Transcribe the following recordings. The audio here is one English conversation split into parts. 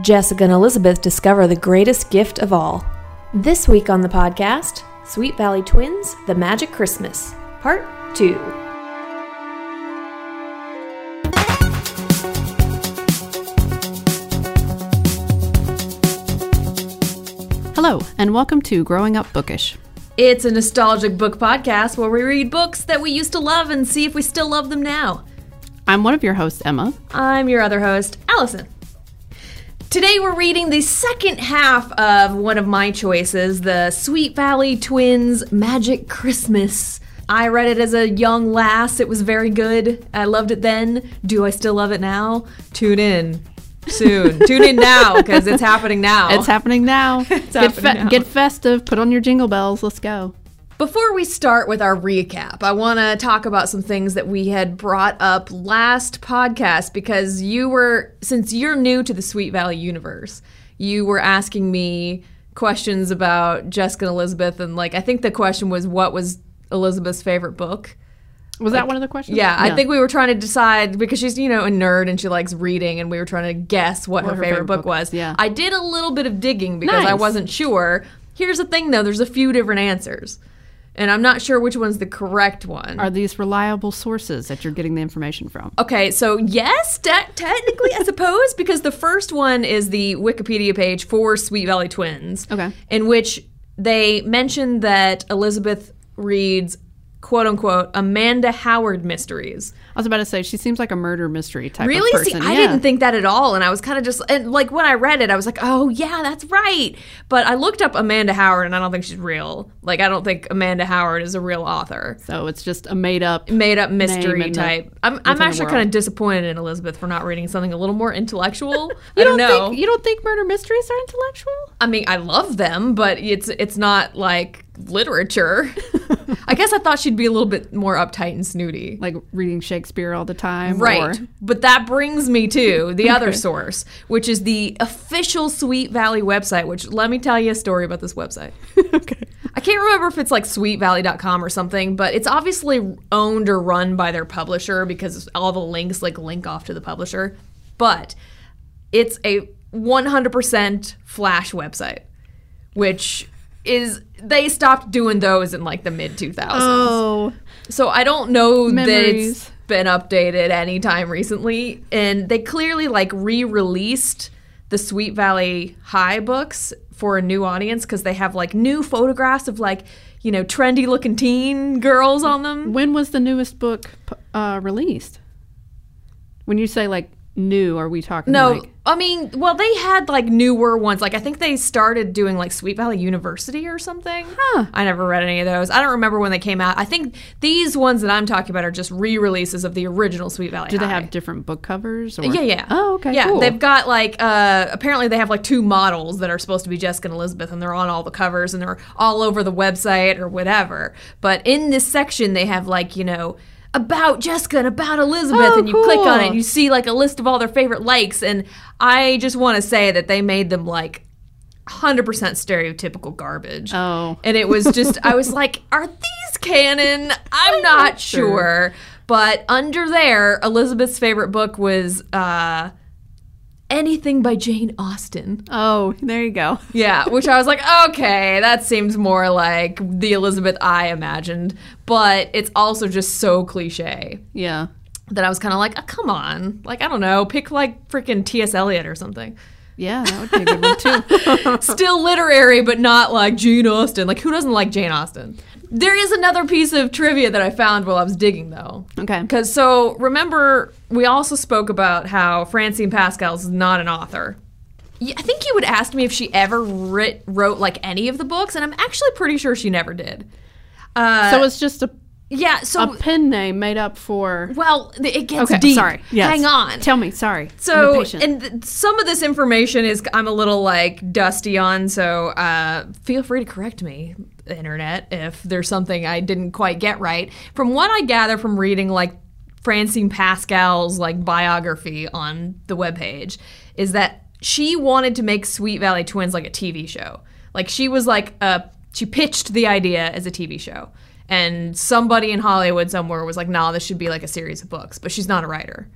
Jessica and Elizabeth discover the greatest gift of all. This week on the podcast, Sweet Valley Twins, The Magic Christmas, Part 2. Hello, and welcome to Growing Up Bookish. It's a nostalgic book podcast where we read books that we used to love and see if we still love them now. I'm one of your hosts, Emma. I'm your other host, Allison. Today we're reading the second half of one of my choices, the Sweet Valley Twins Magic Christmas. I read it as a young lass. It was very good. I loved it then. Do I still love it now? Tune in soon. Tune in now because it's happening now. It's happening now. get, Oh. happening now. get festive, put on your jingle bells, let's go. Before we start with our recap, I want to talk about some things that we had brought up last podcast because you were, since you're new to the Sweet Valley universe, you were asking me questions about Jessica and Elizabeth. And, like, I think the question was, what was Elizabeth's favorite book? Was that one of the questions? Yeah, I think we were trying to decide because she's, you know, a nerd and she likes reading, and we were trying to guess what, her, favorite, book was. yeah. I did a little bit of digging because I Nice. wasn't sure. Here's the thing, though there's a few different answers, and I'm not sure which one's the correct one. Are these reliable sources that you're getting the information from? Okay, so yes, te- technically, I suppose, because the first one is the Wikipedia page for Sweet Valley Twins. Okay. In which they mention that Elizabeth reads, quote unquote, Amanda Howard mysteries. I was about to say, she seems like a murder mystery type Really? of person. See, I Yeah. didn't think that at all. And I was kind of just, and like when I read it, I was like, oh, yeah, that's right. But I looked up Amanda Howard and I don't think she's real. Like, I don't think Amanda Howard is a real author. So it's just a made up. Made up mystery in the- type. I'm, I'm the actually world. kind of disappointed in Elizabeth for not reading something a little more intellectual. You I don't, know. Think, you don't think murder mysteries are intellectual? I mean, I love them, but it's it's not like literature. I guess I thought she'd be a little bit more uptight and snooty. Like reading Shakespeare all the time? Right. or- But that brings me to the other source, which is the official Sweet Valley website, which let me tell you a story about this website. okay. I can't remember if it's like sweetvalley.com or something, but it's obviously owned or run by their publisher because all the links like link off to the publisher. But it's a 100% Flash website, which is they stopped doing those in like the mid 2000s. Oh. So I don't know Memories. that it's been updated anytime recently. And they clearly like re-released the Sweet Valley High books for a new audience because they have like new photographs of like, you know, trendy looking teen girls on them. When was the newest book p- uh, released? When you say like new, are we talking No, like I mean, well, they had like newer ones. Like I think they started doing like Sweet Valley University or something. Huh. I never read any of those. I don't remember when they came out. I think these ones that I'm talking about are just re-releases of the original Sweet Valley. Do they High. have different book covers? Or? Yeah, yeah. Oh, okay. Yeah, cool. they've got like uh apparently they have like two models that are supposed to be Jessica and Elizabeth and they're on all the covers and they're all over the website or whatever. But in this section they have like, you know, about Jessica and about Elizabeth Oh, and you click on it cool. and you see like a list of all their favorite likes and I just want to say that they made them like 100% stereotypical garbage. Oh. And it was just, I was like, are these canon? I'm not sure. But under there, Elizabeth's favorite book was uh, anything by Jane Austen. oh, there you go. Yeah, which I was like, okay, that seems more like the Elizabeth I imagined. But it's also just so cliche Yeah. that I was kind of like, oh, come on. Like, I don't know, pick like freaking T.S. Eliot or something. Yeah, that would be a good one too. still literary, but not like Jane Austen. Like, who doesn't like Jane Austen? There is another piece of trivia that I found while I was digging, though. Okay. Because, so remember, we also spoke about how Francine Pascal's not an author. Y- I think you would ask me if she ever writ- wrote like any of the books, and I'm actually pretty sure she never did. Uh, so it's just a, yeah, so a pen name made up for. well, th- it gets Uh, Okay, deep. sorry. Yes. Hang on. Tell me. Sorry. I'm So, impatient. and th- some of this information is I'm a little like dusty on, so uh, feel free to correct me, internet, if there's something I didn't quite get right. From what I gather from reading like Francine Pascal's like biography on the webpage, is that she wanted to make Sweet Valley Twins like a TV show. Like she was like a she pitched the idea as a TV show. And somebody in Hollywood somewhere was like, nah, this should be like a series of books. But she's not a writer.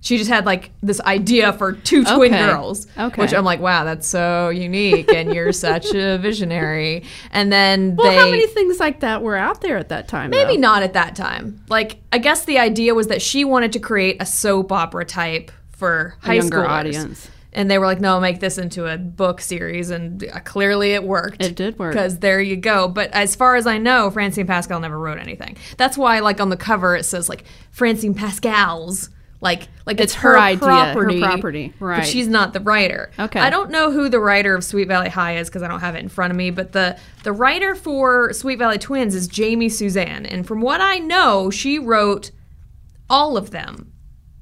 She just had like this idea for two twin Okay. girls, Okay. which I'm like, wow, that's so unique, and you're such a visionary. And then Well, they how many things like that were out there at that time? Maybe though? not at that time. Like, I guess the idea was that she wanted to create a soap opera type for high younger schoolers. audience. And they were like, no, make this into a book series. And uh, clearly it worked. It did work. Because there you go. But as far as I know, Francine Pascal never wrote anything. That's why, like, on the cover, it says, like, Francine Pascal's. Like, like it's, It's her idea, her property. property, right. But she's not the writer. Okay. I don't know who the writer of Sweet Valley High is because I don't have it in front of me. But the the writer for Sweet Valley Twins is Jamie Suzanne, and from what I know, she wrote all of them.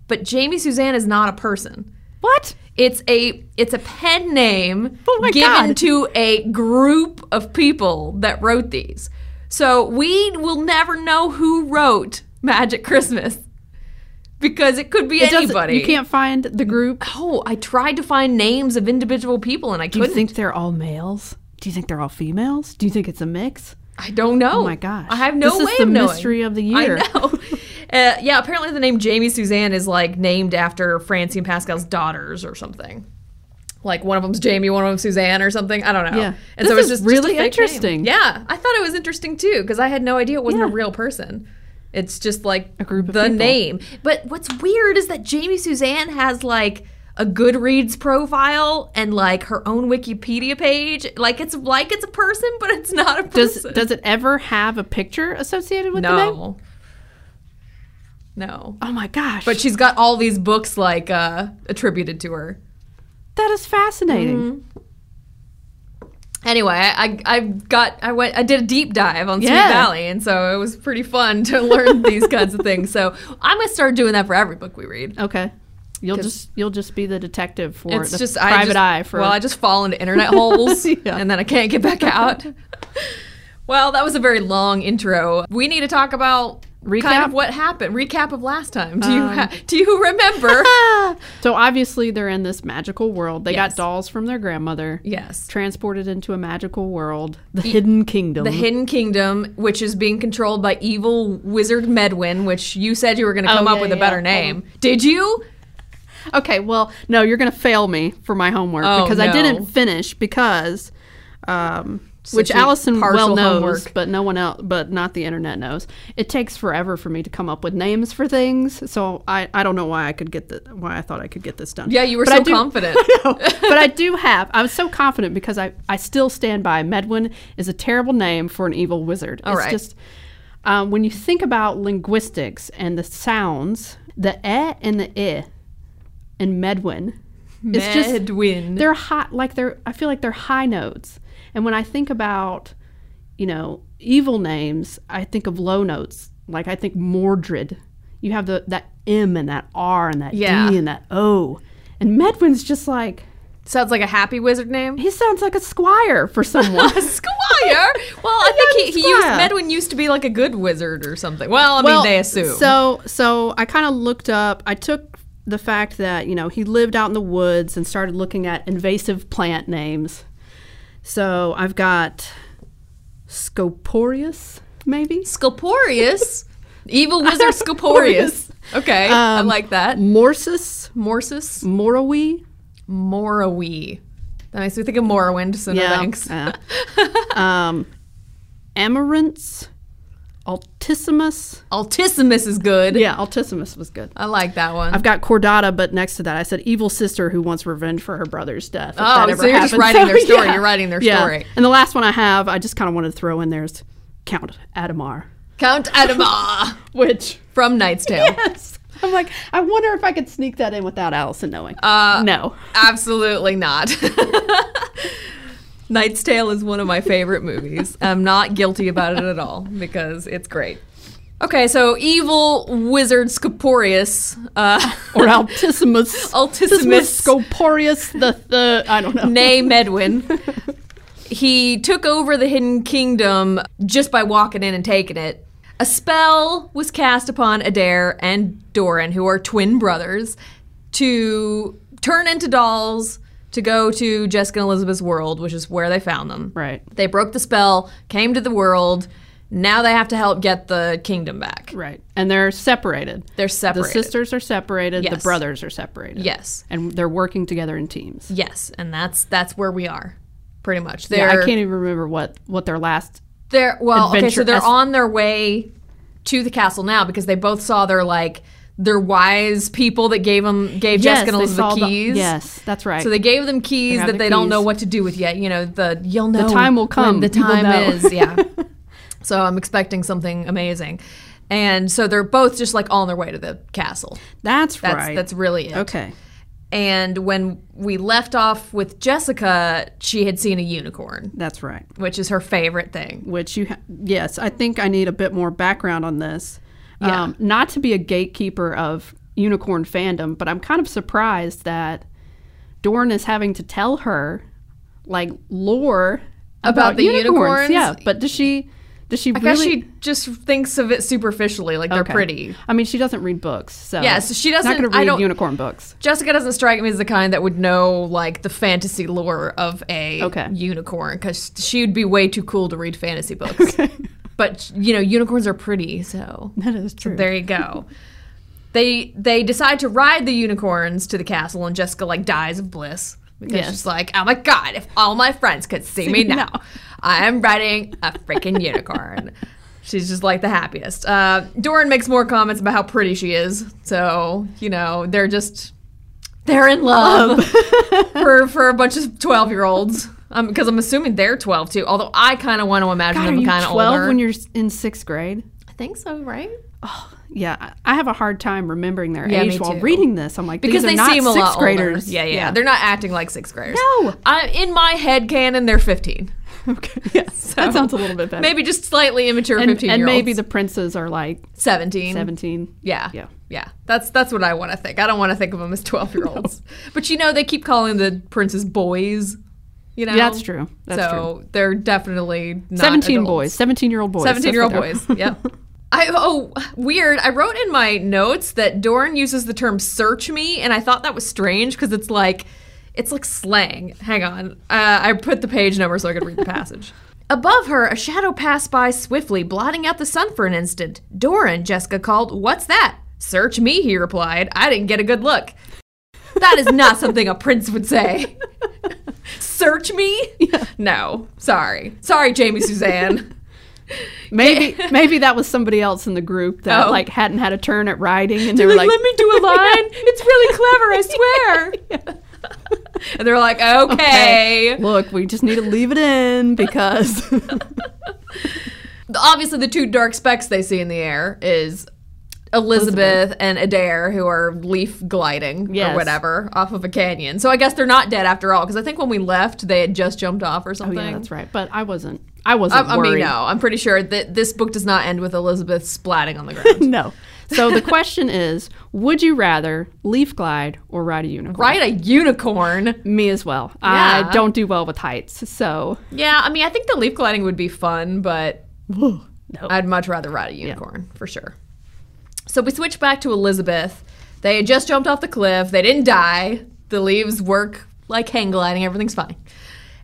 But Jamie Suzanne is not a person. What? It's a it's a pen name Oh my given God. to a group of people that wrote these. So we will never know who wrote Magic Christmas because it could be It doesn't- anybody. You can't find the group. Oh, I tried to find names of individual people and I Do you couldn't. think they're all males? Do you think they're all females? Do you think it's a mix? I don't know. Oh my gosh. I have no This is way the of knowing. mystery of the year. I know. uh, yeah, apparently the name Jamie Suzanne is like named after Francine Pascal's daughters or something. Like one of them's Jamie, one of them's Suzanne or something. I don't know. Yeah. And This so it's is just really just a fake name. interesting. Yeah, I thought it was interesting too because I had no idea it wasn't a Yeah. real person. It's just like A group of the people. name. But what's weird is that Jamie Suzanne has like a Goodreads profile and like her own Wikipedia page. Like it's like it's a person, but it's not a Does person. does it ever have a picture associated with the name? No. No. Oh my gosh. But she's got all these books like uh, attributed to her. that is fascinating. Anyway, I, I I got I went I did a deep dive on Yeah. Sweet Valley, and so it was pretty fun to learn these kinds of things. So I'm gonna start doing that for every book we read. Okay. You'll 'Cause- just you'll just be the detective for it's the just private I just, eye for well, I just fall into internet holes, Yeah. and then I can't get back out. well, that was a very long intro. We need to talk about kind Recap? of what happened. Recap of last time. Do you Um. ha- do you remember? So obviously they're in this magical world. They Yes. got dolls from their grandmother, yes. transported into a magical world, the hidden kingdom. The Hidden Kingdom, which is being controlled by evil wizard Medwin, which you said you were going to Oh, come up yeah, with a yeah, better hold name. Did you? okay, well, no, you're going to fail me for my homework Oh, because no. I didn't finish because um which your Allison well partial knows, homework. but no one else, but not the internet knows. It takes forever for me to come up with names for things, so I, I don't know why I could get the why I thought I could get this done. Yeah, you were But I so do- confident. but I do have. I was so confident because I, I still stand by Medwin is a terrible name for an evil wizard. All it's right. just um, when you think about linguistics and the sounds, the eh and the i in Medwin, it's just Medwin. they're high. Like they're I feel like they're high notes. And when I think about you know evil names, I think of low notes. Like I think Mordred. You have the that M and that R and that Yeah. D and that O. And Medwin's just like Sounds like a happy wizard name. he sounds like a squire for someone. A squire? Well, I Yeah, think he, he used squire. Medwin used to be like a good wizard or something. Well, I mean, they assume. So, so I kind of looked up. I took the fact that you know he lived out in the woods and started looking at invasive plant names. So I've got Scoporius, maybe Scoporius, evil wizard Scoporius. Okay, I Um, like that. Morsus, Morsus, Morowi. Morrowy. That makes me think of Morrowind. So no thanks. yeah. um, Amaranths, Altissimus. Altissimus is good. Yeah, Altissimus was good. I like that one. I've got Cordata, but next to that I said evil sister who wants revenge for her brother's death. if Oh, that so ever you're just happens. writing their story. yeah. You're writing their Yeah. story. And the last one I have, I just kind of wanted to throw in there is Count Adamar, Count Adama which from Knight's Tale. yes, I'm like, I wonder if I could sneak that in without Allison knowing. Uh, no, Absolutely not. Knight's Tale is one of my favorite movies. I'm not guilty about it at all because it's great. Okay, so evil wizard Scoporius, uh, or Altissimus, Altissimus. Scoporius the the I don't know. nay Medwin, he took over the Hidden Kingdom just by walking in and taking it. A spell was cast upon Adair and Doran, who are twin brothers, to turn into dolls to go to Jessica and Elizabeth's world, which is where they found them. Right. They broke the spell, came to the world, Now they have to help get the kingdom back. Right. And they're separated. They're separated. The sisters are separated. The Yes. brothers are separated. Yes. And they're working together in teams. Yes, and that's that's where we are, pretty much. They're Yeah, I can't even remember what, what their last. they're well okay. So Adventure- they're es- on their way to the castle now because they both saw their like their wise people that gave them gave Jessica and they Elizabeth saw the- keys. yes, that's right. So they gave them keys got that the they don't know keys. what to do with yet. You know, the you'll know time will when come. the You will time know. is, yeah. so I'm expecting something amazing, and so they're both just like on their way to the castle. that's, That's right. that's really it. okay. And when we left off with Jessica, she had seen a unicorn, That's right. which is her favorite thing. which you ha- yes i think i need a bit more background on this Yeah. um, not to be a gatekeeper of unicorn fandom but i'm kind of surprised that dorn is having to tell her like lore About about, the unicorns? yeah but does she does she I guess really she just thinks of it superficially, like they're Okay. pretty. i mean she doesn't read books so Yeah, so she not doesn't- gonna I read don't- unicorn books Jessica doesn't strike me as the kind that would know like the fantasy lore of a Okay. unicorn because she would be way too cool to read fantasy books. But you know, unicorns are pretty, so that is true there you go. they they decide to ride the unicorns to the castle, and Jessica like dies of bliss because Yes. she's like, "Oh my god, if all my friends could see, me now, I am riding a freaking unicorn." She's just like the happiest. Uh, Doran makes more comments about how pretty she is, so you know they're just they're in love for for a bunch of twelve year olds. Um, because I'm assuming they're 12 too. Although I kind of want to imagine God, are them you kind of 12 older. when you're s- in sixth grade I think so, right? yeah, I- I have a hard time remembering their Yeah, me age while too. reading this. I'm like, because these are they not seem a sixth lot graders. older. Yeah, yeah, They're not acting like sixth graders. No. I, in my head canon, they're 15. Okay. Yes. that sounds a little bit better. Maybe just slightly immature and, 15 and year olds. maybe the princes are like Mm. 17. 17. Yeah. Yeah. Yeah. That's that's what I want to think. I don't want to think of them as 12 year olds. But you know, they keep calling the princes boys. You know? Yeah, that's true. That's so they're definitely not 17 adults. boys, 17 year old boys. that's 17 year old what they are. boys. Yep. I, oh, weird. I wrote in my notes that Dorn uses the term search me, and I thought that was strange because it's like, it's like slang. Hang on. Uh, I put the page number so I could read the passage. Above her, a shadow passed by swiftly, blotting out the sun for an instant. Doran, Jessica called, What's that? Search me, he replied. I didn't get a good look. That is not something a prince would say. Search me? No. Sorry. Sorry, Jamie Suzanne. Maybe maybe that was somebody else in the group that Oh. like hadn't had a turn at writing and they were like, like, let me do a line. It's really clever, I swear. And they're like, okay. Look, we just need to leave it in because Oh, Obviously, the two dark specks they see in the air is Elizabeth, and Adair, who are leaf gliding Yes. or whatever off of a canyon. So I guess they're not dead after all, because I think when we left, they had just jumped off or Oh something. yeah, that's right. But I wasn't I I, wasn't I worried. mean, no, I'm pretty sure that this book does not end with Elizabeth splatting on the ground. no. So the question is, would you rather leaf glide or ride a unicorn? right? A unicorn. Me as well. Yeah. I don't do well with heights, so Yeah, I mean, I think the leaf gliding would be fun, but no. I'd much rather ride a unicorn for sure. So we switch back to Elizabeth. They had just jumped off the cliff. They didn't die. The leaves work like hang gliding. Everything's fine.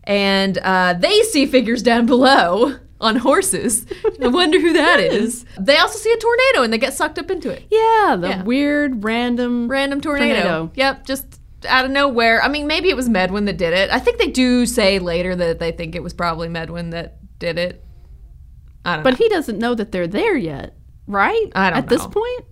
And uh, they see figures down below on horses. I wonder who that is. They also see a tornado and they get sucked up into it. Yeah, the Yeah. weird random Random tornado. Tornado. Yep, just out of nowhere. I mean, maybe it was Medwin that did it. I think they do say later that they think it was probably Medwin that did it. I don't know. But he doesn't know that they're there yet, right? I don't At this know. point,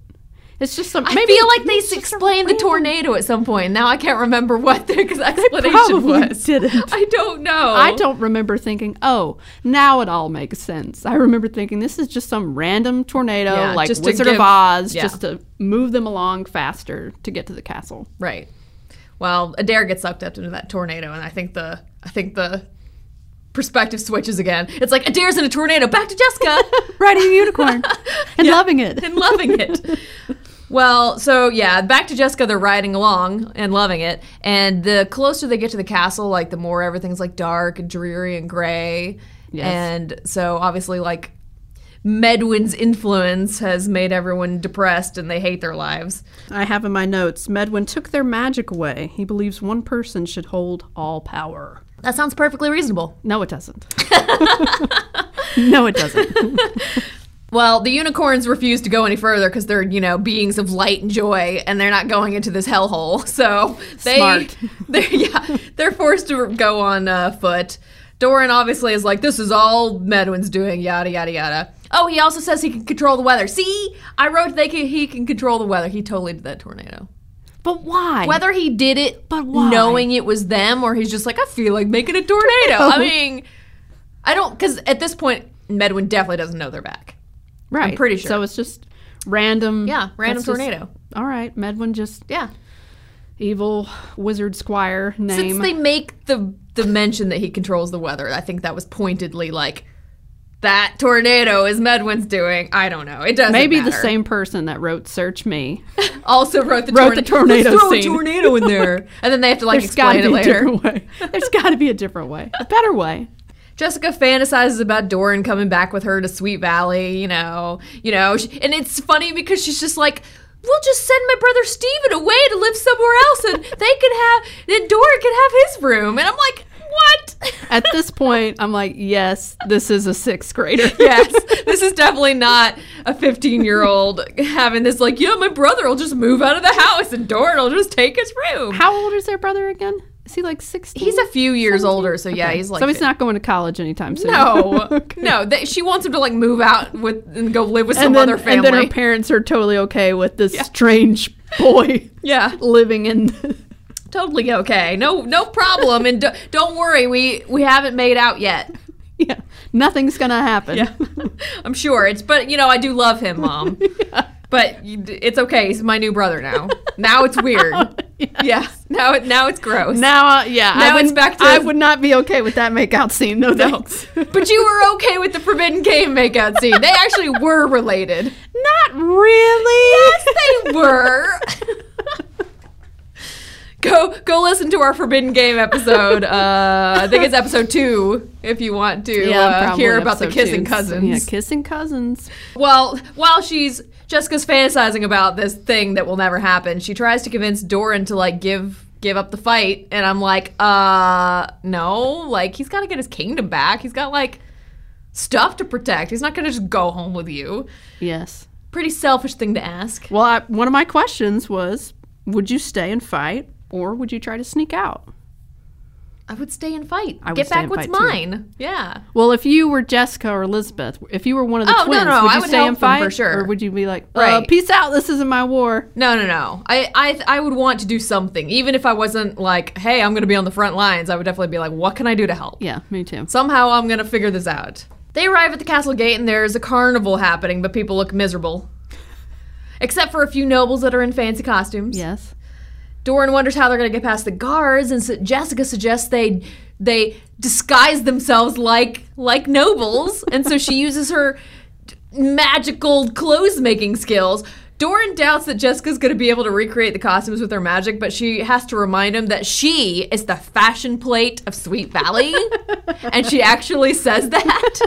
it's just some. I maybe feel like it's they just a explained the random- tornado at some point. Now I can't remember what the ex- explanation Probably was. didn't. I don't know. I don't remember thinking, oh, now it all makes sense. I remember thinking this is just some random tornado, Yeah, like just to Wizard give- of Oz, yeah. just to move them along faster to get to the castle. Right. Well, Adair gets sucked up into that tornado, and I think the I think the perspective switches again. It's like Adair's in a tornado. Back to Jessica. Riding a unicorn and loving it. and loving it. Well, so yeah, back to Jessica. They're riding along and loving it. And the closer they get to the castle, like the more everything's like dark and dreary and gray. Yes. And so obviously, like Medwin's influence has made everyone depressed and they hate their lives. I have in my notes Medwin took their magic away. He believes one person should hold all power. That sounds perfectly reasonable. No, it doesn't. No, it doesn't. Well, the unicorns refuse to go any further because they're, you know, beings of light and joy, and they're not going into this hellhole. So they, Smart. They're, yeah, they're forced to go on uh, foot. Doran obviously is like, this is all Medwin's doing, yada yada yada. Oh, he also says he can control the weather. See, I wrote they can, he can control the weather. He totally did that tornado. but why? Whether he did it, But why? knowing it was them, or he's just like, I feel like making a tornado. I mean, I don't, because at this point, Medwin definitely doesn't know they're back. right. pretty sure. So it's just random. Yeah, random that's just- tornado. all right, Medwin just Yeah. evil wizard squire name. Since they make the the mention that he controls the weather, I think that was pointedly like that tornado is Medwin's doing. I don't know. It doesn't Maybe the matter. same person that wrote "Search Me." also wrote the, Wrote the tornado Let's throw a scene. tornado in there, and then they have to like There's got explain to it be a later. different way. There's got to be a different way, a better way. Jessica fantasizes about Doran coming back with her to Sweet Valley. You know, you know, sh- and it's funny because she's just like. We'll just send my brother Steven away to live somewhere else, and they can have, and Doran can have his room. And I'm like, what? At this point, I'm like, yes, this is a sixth grader. yes, this is definitely not a 15 year old having this, like, yeah, my brother will just move out of the house and Doran will just take his room. How old is their brother again? Is he like 16? he's a few years older, so yeah, he's like. so he's not going to college anytime soon. No, Okay. no. They, she wants him to like move out with and go live with some and then, other and family. then her parents are totally okay with this strange boy yeah, living in. totally okay. No, no problem. and do, don't worry, we we haven't made out yet. yeah, nothing's gonna happen. I'm sure it's. But you know, I do love him, mom. But you d- it's okay. He's my new brother now. Now it's weird. Yeah. Now it now it's gross. Now, uh, yeah, Now I would, it's back to- I would not be okay with that makeout scene. No, thanks. But you were okay with the Forbidden Game makeout scene. They actually were related. not really. Yes, they were. go go listen to our Forbidden Game episode. Uh, I think it's episode two. If you want to uh, probably hear about the episode kissing two. cousins. Yeah, kissing cousins. Well, while she's Jessica's fantasizing about this thing that will never happen, she tries to convince Doran to like give give up the fight, and I'm like, uh, no, like he's got to get his kingdom back. He's got like stuff to protect. He's not gonna just go home with you. Yes. Pretty selfish thing to ask. Well, I, one of my questions was, would you stay and fight, or would you try to sneak out? I would stay and fight. I would get stay back and what's fight, too. mine. Yeah. Well, if you were Jessica or Elizabeth, if you were one of the Oh, no, twins, no, would I you would stay help and them fight, for sure. or would you be like, uh, Right. peace out, this isn't my war? No, no, no. I, I, I would want to do something, even if I wasn't like, hey, I'm gonna be on the front lines. I would definitely be like, what can I do to help? Yeah, me too. Somehow I'm gonna figure this out. They arrive at the castle gate and there's a carnival happening, but people look miserable. Except for a few nobles that are in fancy costumes. Yes. Doran wonders how they're gonna get past the guards, and su- Jessica suggests they they disguise themselves like like nobles, and so she uses her d- magical clothes making skills. Doran doubts that Jessica's going to be able to recreate the costumes with her magic, but she has to remind him that she is the fashion plate of Sweet Valley. and she actually says that.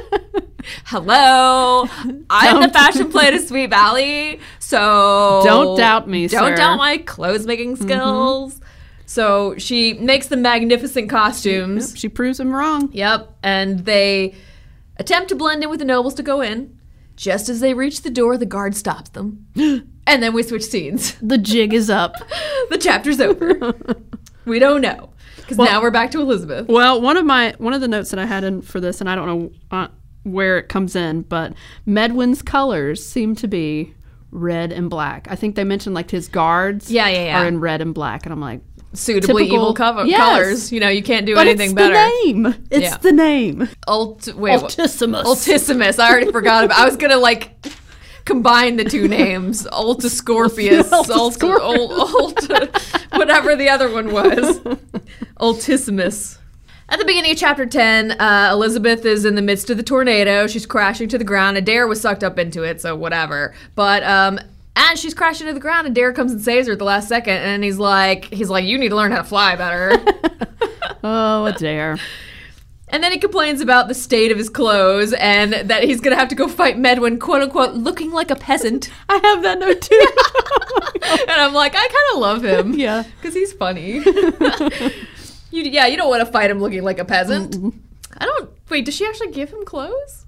Hello, I'm the Don't- fashion plate of Sweet Valley. So Don't doubt me, Don't sir. doubt my clothes making Mm-hmm. skills. So she makes the magnificent costumes. She proves him wrong. Yep. And they attempt to blend in with the nobles to go in. Just as they reach the door, the guard stops them. and then we switch scenes. The jig is up. The chapter's over. we don't know. Because now we're back to Elizabeth. Well, one of my one of the notes that I had in for this, and I don't know uh, where it comes in, but Medwin's colors seem to be red and black. I think they mentioned like his guards, Yeah, yeah, yeah. are in red and black, and I'm like, Suitably Typical- evil cover- Yes. colors. You know, you can't do but anything it's better. the name. It's Yeah. the name. Ult- wait, what- Altissimus. Altissimus. I already forgot about I was going to like combine the two names Ulta Scorpius, Ulta, Altascorpius. Ul- Ulta, whatever the other one was. Altissimus. At the beginning of chapter 10, uh, Elizabeth is in the midst of the tornado. She's crashing to the ground. Adair was sucked up into it, so whatever. But, um, as she's crashing to the ground, Adair comes and saves her at the last second, and he's like, he's like, you need to learn how to fly better. oh, Adair. And then he complains about the state of his clothes and that he's going to have to go fight Medwin, quote unquote, looking like a peasant. I have that note too. and I'm like, I kind of love him. Yeah. Because he's funny. you, yeah, you don't want to fight him looking like a peasant. I don't. Wait, does she actually give him clothes?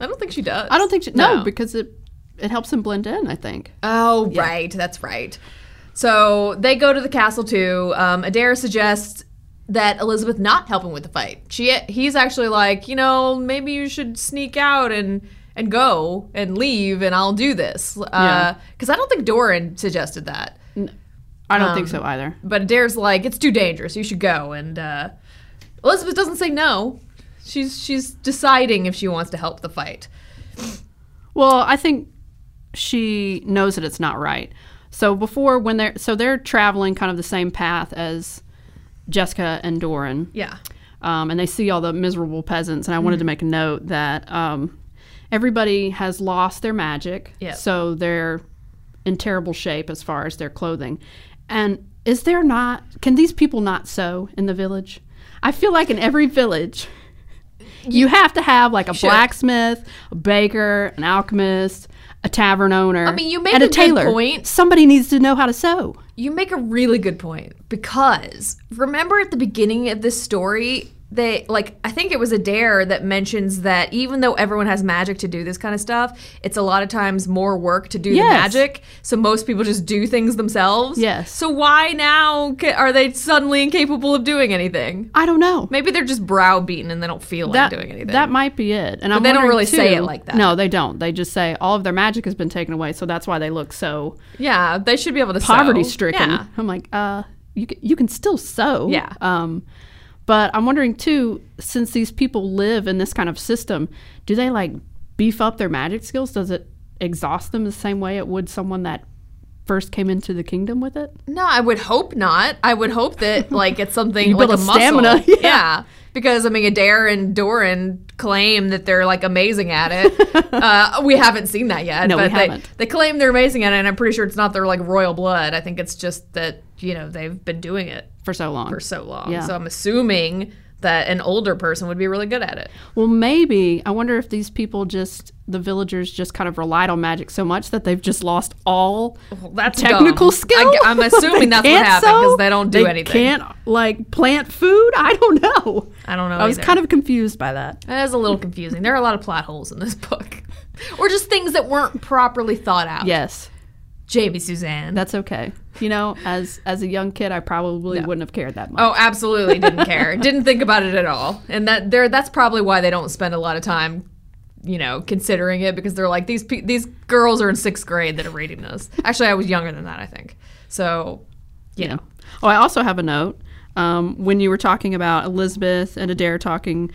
I don't think she does. I don't think she, no. No. because it it helps him blend in. I think. Oh, right. That's right. So they go to the castle too. Um, Adair suggests that Elizabeth not help him with the fight. She he's actually like, you know, maybe you should sneak out and and go and leave, and I'll do this. Because Yeah. I don't think Doran suggested that. I don't think so either. But Adair's like, it's too dangerous. You should go. And uh, Elizabeth doesn't say no. She's she's deciding if she wants to help the fight. Well, I think she knows that it's not right. So before when they're so they're traveling kind of the same path as Jessica and Doran. Yeah. um, and they see all the miserable peasants. And I Mm-hmm. wanted to make a note that um, everybody has lost their magic, Yep. so they're in terrible shape as far as their clothing. And is there not? Can these people not sew in the village? I feel like in every village. You have to have like a Sure. blacksmith, a baker, an alchemist, a tavern owner. I mean, you make and a a good tailor. point. Somebody needs to know how to sew. You make a really good point because remember at the beginning of this story, they like I think it was Adair that mentions that even though everyone has magic to do this kind of stuff, it's a lot of times more work to do the Yes. magic. So most people just do things themselves. Yes. So why now ca- are they suddenly incapable of doing anything? I don't know. Maybe they're just browbeaten and they don't feel like doing anything. That might be it. And I'm they don't wondering, really say it too- like that. No, they don't. They just say all of their magic has been taken away, so that's why they look so yeah, they should be able to sew. poverty stricken. Yeah. I'm like, uh, you can, you can still sew. Yeah. Um, but I'm wondering too, since these people live in this kind of system, do they like beef up their magic skills? Does it exhaust them the same way it would someone that first came into the kingdom with it? No, I would hope not. I would hope that like it's something You like build a a muscle. stamina, Yeah. yeah. Because I mean, Adair and Doran claim that they're like amazing at it. uh, we haven't seen that yet, No, we but they, haven't. they claim they're amazing at it, and I'm pretty sure it's not their like royal blood. I think it's just that you know they've been doing it For so long. for so long. Yeah. So I'm assuming that an older person would be really good at it. Well, maybe. I wonder if these people just, the villagers just kind of relied on magic so much that they've just lost all Well, that's technical dumb. skill. I, am They assuming that's what can't happened sew? because they don't do They anything. Can't like plant food. I don't know. I don't know. I was either. Oh. kind of confused by that. That is a little confusing. There are a lot of plot holes in this book, or just things that weren't properly thought out. Yes, JB Suzanne. that's okay. You know, as as a young kid, I probably wouldn't have cared that much. oh, absolutely didn't care. didn't think about it at all. And that there that's probably why they don't spend a lot of time, you know, considering it because they're like these pe- these girls are in 6th grade that are reading this. Actually, I was younger than that, I think. So, you Yeah. know. Oh, I also have a note. Um, when you were talking about Elizabeth and Adair talking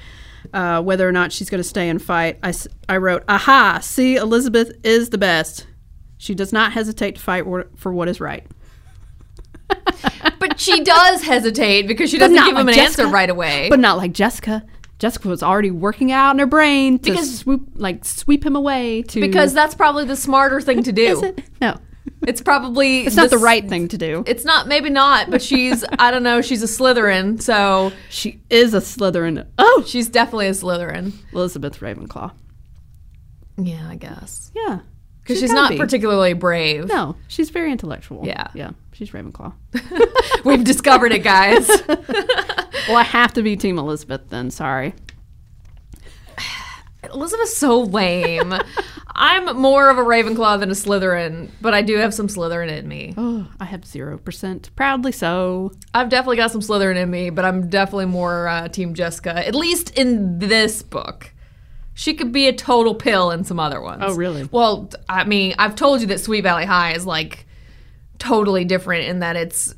uh, whether or not she's going to stay and fight, I, s- I wrote, Aha, see, Elizabeth is the best. She does not hesitate to fight or, for what is right. But she does hesitate because she doesn't not give him an like Jessica. answer right away. But not like Jessica. Jessica was already working out in her brain to Because- swoop, like sweep him away to because that's probably the smarter thing to do. Is it? No, It's probably it's not the right thing to do. It's not, maybe not, but she's, I don't know, she's a Slytherin, so She is a Slytherin. Oh, she's definitely a Slytherin. Elizabeth Ravenclaw. Yeah, I guess. Yeah, Because she's, gotta not be. particularly brave. No, she's very intellectual. Yeah. yeah, she's Ravenclaw. We've discovered it, guys. Well, I have to be Team Elizabeth then. Sorry. Elizabeth's so lame. I'm more of a Ravenclaw than a Slytherin, but I do have some Slytherin in me. Oh, I have zero percent. Proudly so. I've definitely got some Slytherin in me, but I'm definitely more uh, Team Jessica, at least in this book. She could be a total pill in some other ones. Oh, really? Well, t- I mean, I've told you that Sweet Valley High is like totally different in that it's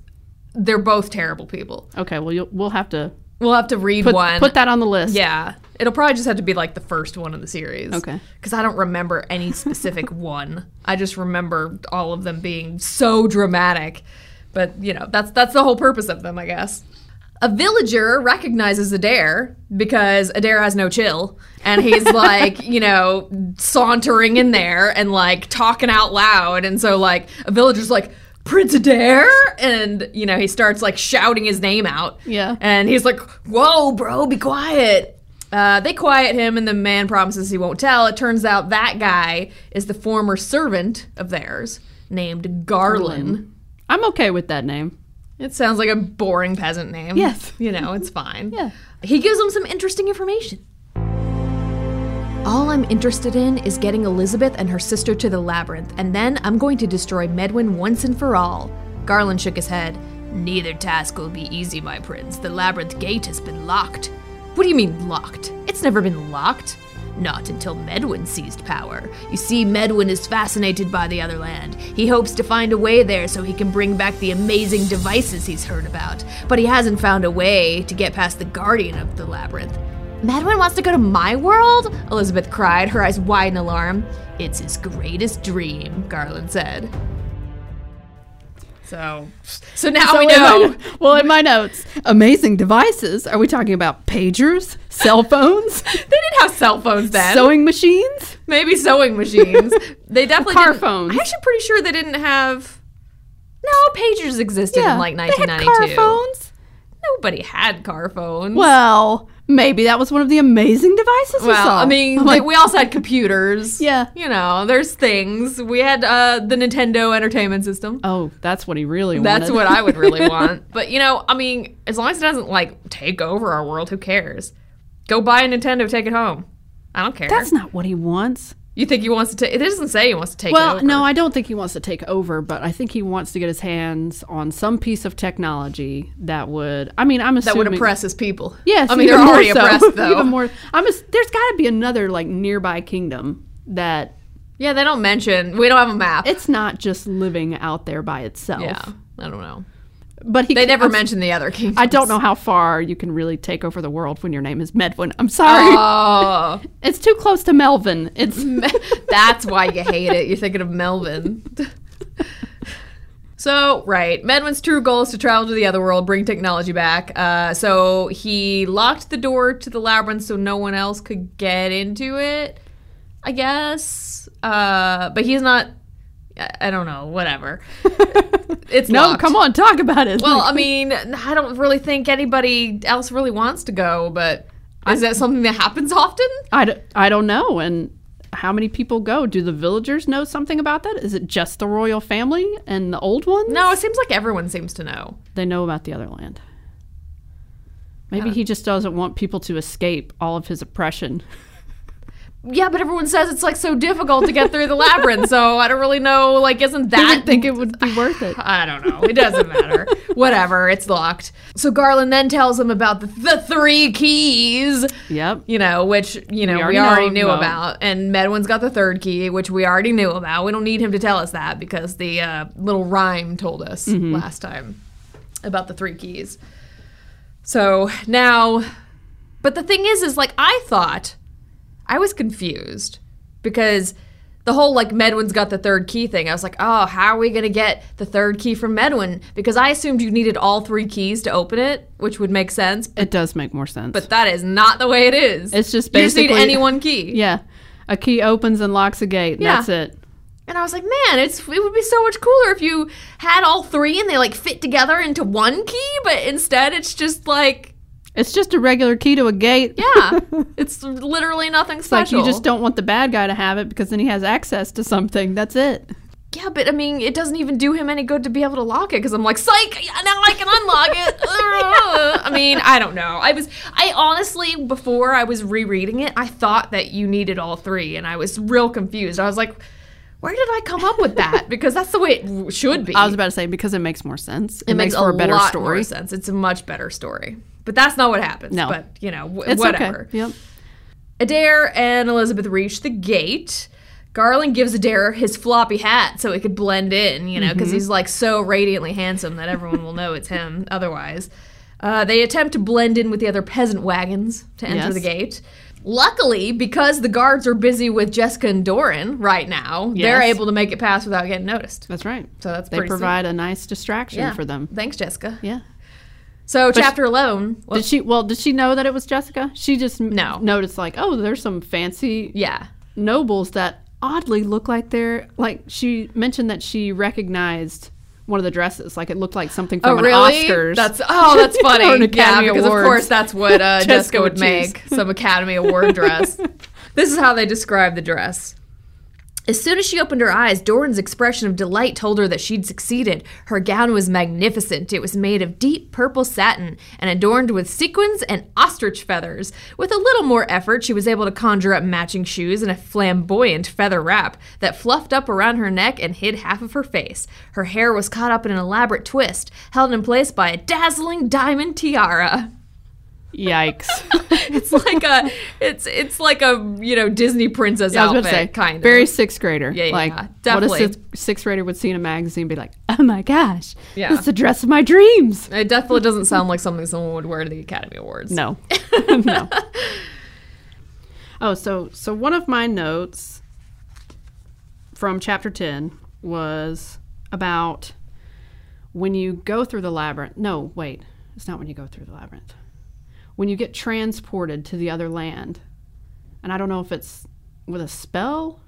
they're both terrible people. Okay, well, you'll, we'll have to We'll have to read put, one. put that on the list. Yeah. It'll probably just have to be like the first one in the series. Okay. Because I don't remember any specific one. I just remember all of them being so dramatic. But you know, that's that's the whole purpose of them, I guess. A villager recognizes Adair because Adair has no chill. And he's like, you know, sauntering in there and like talking out loud. And so like a villager's like, Prince Adair? And, you know, he starts like shouting his name out. Yeah. And he's like, Whoa, bro, be quiet. Uh, they quiet him, and the man promises he won't tell. It turns out that guy is the former servant of theirs named Garlin. I'm okay with that name. It sounds like a boring peasant name. Yes. You know, it's fine. Yeah. He gives him some interesting information. All I'm interested in is getting Elizabeth and her sister to the labyrinth, and then I'm going to destroy Medwin once and for all. Garland shook his head. Neither task will be easy, my prince. The labyrinth gate has been locked. What do you mean, locked? It's never been locked. Not until Medwin seized power. You see, Medwin is fascinated by the other land. He hopes to find a way there so he can bring back the amazing devices he's heard about, but he hasn't found a way to get past the guardian of the labyrinth. Medwin wants to go to my world? Elizabeth cried, her eyes wide in alarm. It's his greatest dream, Garland said. So, so now we in know. my- well, in my notes, amazing devices. Are we talking about pagers, cell phones, They didn't have cell phones then. sewing machines? Maybe sewing machines. they definitely Car didn't, phones. I'm actually pretty sure they didn't have. No, pagers existed in like They 1992. had car phones. Nobody had car phones. Well, maybe that was one of the amazing devices we Well, saw. Oh I mean, I'm like, like, we also had computers. Yeah. You know, there's things. We had uh, the Nintendo Entertainment System. oh, that's what he really That's wanted. what I would really want. But you know, I mean, as long as it doesn't like take over our world, who cares? Go buy a Nintendo, take it home. I don't care. That's not what he wants. you think he wants to take? It doesn't say he wants to take it Well, over. no, I don't think he wants to take over, but I think he wants to get his hands on some piece of technology that would. I mean, I'm assuming that would oppress his people. Yes, I mean they're even more already so. oppressed though. even more. I'm. ass- there's got to be another like nearby kingdom that Yeah, they don't mention. We don't have a map. it's not just living out there by itself. yeah, I don't know. but he They can- never I'm- mention the other kingdoms. I don't know how far you can really take over the world when your name is Medwin. I'm sorry, Oh, it's too close to Melvin. It's that's why you hate it. You're thinking of Melvin. So, right, Medwin's true goal is to travel to the other world, bring technology back. Uh, so he locked the door to the labyrinth so no one else could get into it, I guess. Uh, but he's not. I, I don't know. Whatever. It's no. locked. Come on, talk about it. Well, I mean, I don't really think anybody else really wants to go, but is that something that happens often? I, d- I don't know. And how many people go? Do the villagers know something about that? Is it just the royal family and the old ones? No, it seems like everyone seems to know. They know about the other land. Maybe he just doesn't want people to escape all of his oppression. Yeah, but everyone says it's like so difficult to get through the labyrinth, so I don't really know. Like, isn't I that would think it would be worth it. I don't know. It doesn't matter. Whatever. It's locked. So Garland then tells him about the, the three keys. Yep. You know, which you know we already, already know knew about, about. and Medwin's got the third key, which we already knew about. We don't need him to tell us that because the uh, little rhyme told us last time about the three keys. So now, but the thing is, is like I thought, I was confused because the whole like Medwin's got the third key thing. I was like, oh, how are we gonna get the third key from Medwin? Because I assumed you needed all three keys to open it, which would make sense. It does make more sense. But that is not the way it is. It's just you just need basically- any one key. yeah, a key opens and locks a gate. And Yeah. That's it. And I was like, man, it's it would be so much cooler if you had all three and they like fit together into one key. But instead, it's just like, It's just a regular key to a gate. yeah, it's literally nothing Like special. you just don't want the bad guy to have it because then he has access to something. That's it. Yeah, but I mean, it doesn't even do him any good to be able to lock it because I'm like, psych! Now I can unlock it. Ugh. I mean, I don't know. I was, I honestly, before I was rereading it, I thought that you needed all three, and I was real confused. I was like, where did I come up with that? Because that's the way it w- should be. I was about to say because it makes more sense. It, it makes, makes for a, better lot story. more sense. It's a much better story. But that's not what happens. No. But you know, w- It's whatever. okay. Yep. Adair and Elizabeth reach the gate. Garland gives Adair his floppy hat so it could blend in, you know, because Mm-hmm. he's like so radiantly handsome that everyone will know it's him otherwise. Uh, they attempt to blend in with the other peasant wagons to enter Yes. the gate. Luckily, because the guards are busy with Jessica and Doran right now, they're Yes. able to make it pass without getting noticed. That's right. So that's they pretty sweet. provide a nice distraction Yeah. for them. Thanks, Jessica. Yeah. So, chapter 11. Well, Did she? Well, did she know that it was Jessica? She just m- No. noticed like, oh, there's some fancy yeah. nobles that oddly look like they're like. She mentioned that she recognized one of the dresses, like it looked like something from an Oh, Oscars. That's oh, that's funny. Or an yeah, Academy because of Awards. course that's what uh, Jessica Jessica would would make some Academy Award dress. This is how they describe the dress. As soon as she opened her eyes, Doran's expression of delight told her that she'd succeeded. Her gown was magnificent. It was made of deep purple satin and adorned with sequins and ostrich feathers. With a little more effort, she was able to conjure up matching shoes and a flamboyant feather wrap that fluffed up around her neck and hid half of her face. Her hair was caught up in an elaborate twist, held in place by a dazzling diamond tiara. Yikes. It's like a, it's it's like a you know Disney princess I was outfit going to say, kind of. very sixth grader. Yeah, yeah, like, yeah, What definitely. a sixth, sixth grader would see in a magazine and be like, oh my gosh, Yeah. that's the dress of my dreams. It definitely doesn't sound like something someone would wear to the Academy Awards. No. no. Oh, so so one of my notes from chapter 10 was about when you go through the labyrinth. No, wait. It's not when you go through the labyrinth. When you get transported to the other land. And I don't know if it's with a spell,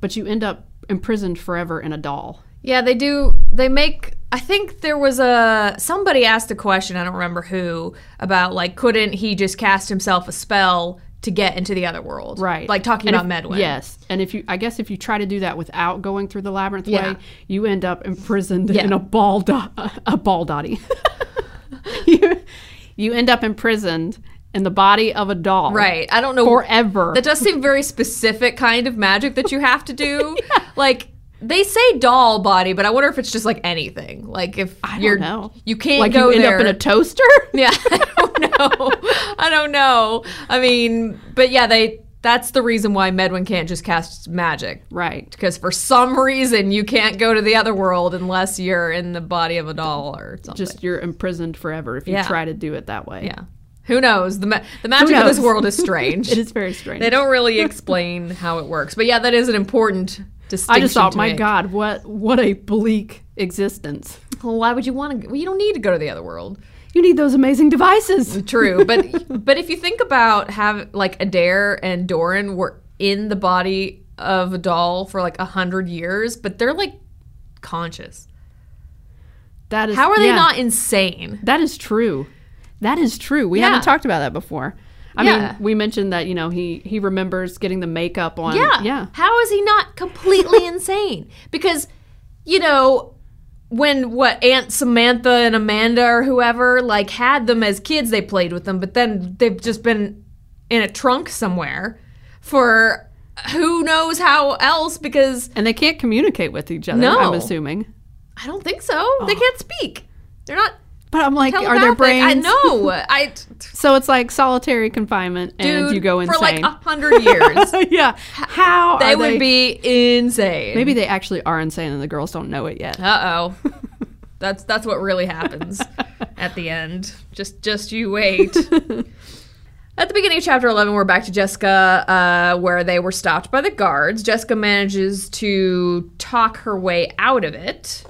but you end up imprisoned forever in a doll. Yeah, they do. They make. I think there was a somebody asked a question. I don't remember who about like couldn't he just cast himself a spell to get into the other world? Right. Like talking And about if- Medwin. Yes. And if you I guess if you try to do that without going through the labyrinth Yeah. way, you end up imprisoned Yeah. in a ball do- a ball dotty. you, you end up imprisoned in the body of a doll. Right. I don't know. Forever. That does seem very specific kind of magic that you have to do. Like they say doll body, but I wonder if it's just like anything. Like if I don't you're know. you can't like go you end there. up in a toaster? Yeah, I don't know. I don't know. I mean, but yeah, they that's the reason why Medwin can't just cast magic Right. because for some reason you can't go to the other world unless you're in the body of a doll or something. Just you're imprisoned forever if you Yeah. try to do it that way. yeah. Who knows? The ma- the magic of knows? this world is strange. It is very strange. They don't really explain how it works. But yeah, that is an important distinction. I just thought, to my make. God, what what a bleak existence. Well, why would you want to? Well, you don't need to go to the other world. You need those amazing devices. True, but but if you think about have like Adair and Doran were in the body of a doll for like a hundred years, but they're like conscious. That is How are they yeah. not insane? That is true. That is true. We Yeah. haven't talked about that before. I Yeah. mean, we mentioned that you know he he remembers getting the makeup on. Yeah, Um, yeah. How is he not completely insane? Because you know when what Aunt Samantha and Amanda or whoever like had them as kids, they played with them, but then they've just been in a trunk somewhere for who knows how else because. And they can't communicate with each other. No. I'm assuming. I don't think so. They can't speak. They're not But I'm like, telepathic. Oh. are their brains? I know. I So it's like solitary confinement, and dude, you go for like insane. a hundred years. yeah. How they are would be insane. Maybe they actually are insane, and the girls don't know it yet. Uh oh. that's that's what really happens at the end. Just just you wait. At the beginning of chapter 11, we're back to Jessica, uh, where they were stopped by the guards. Jessica manages to talk her way out of it.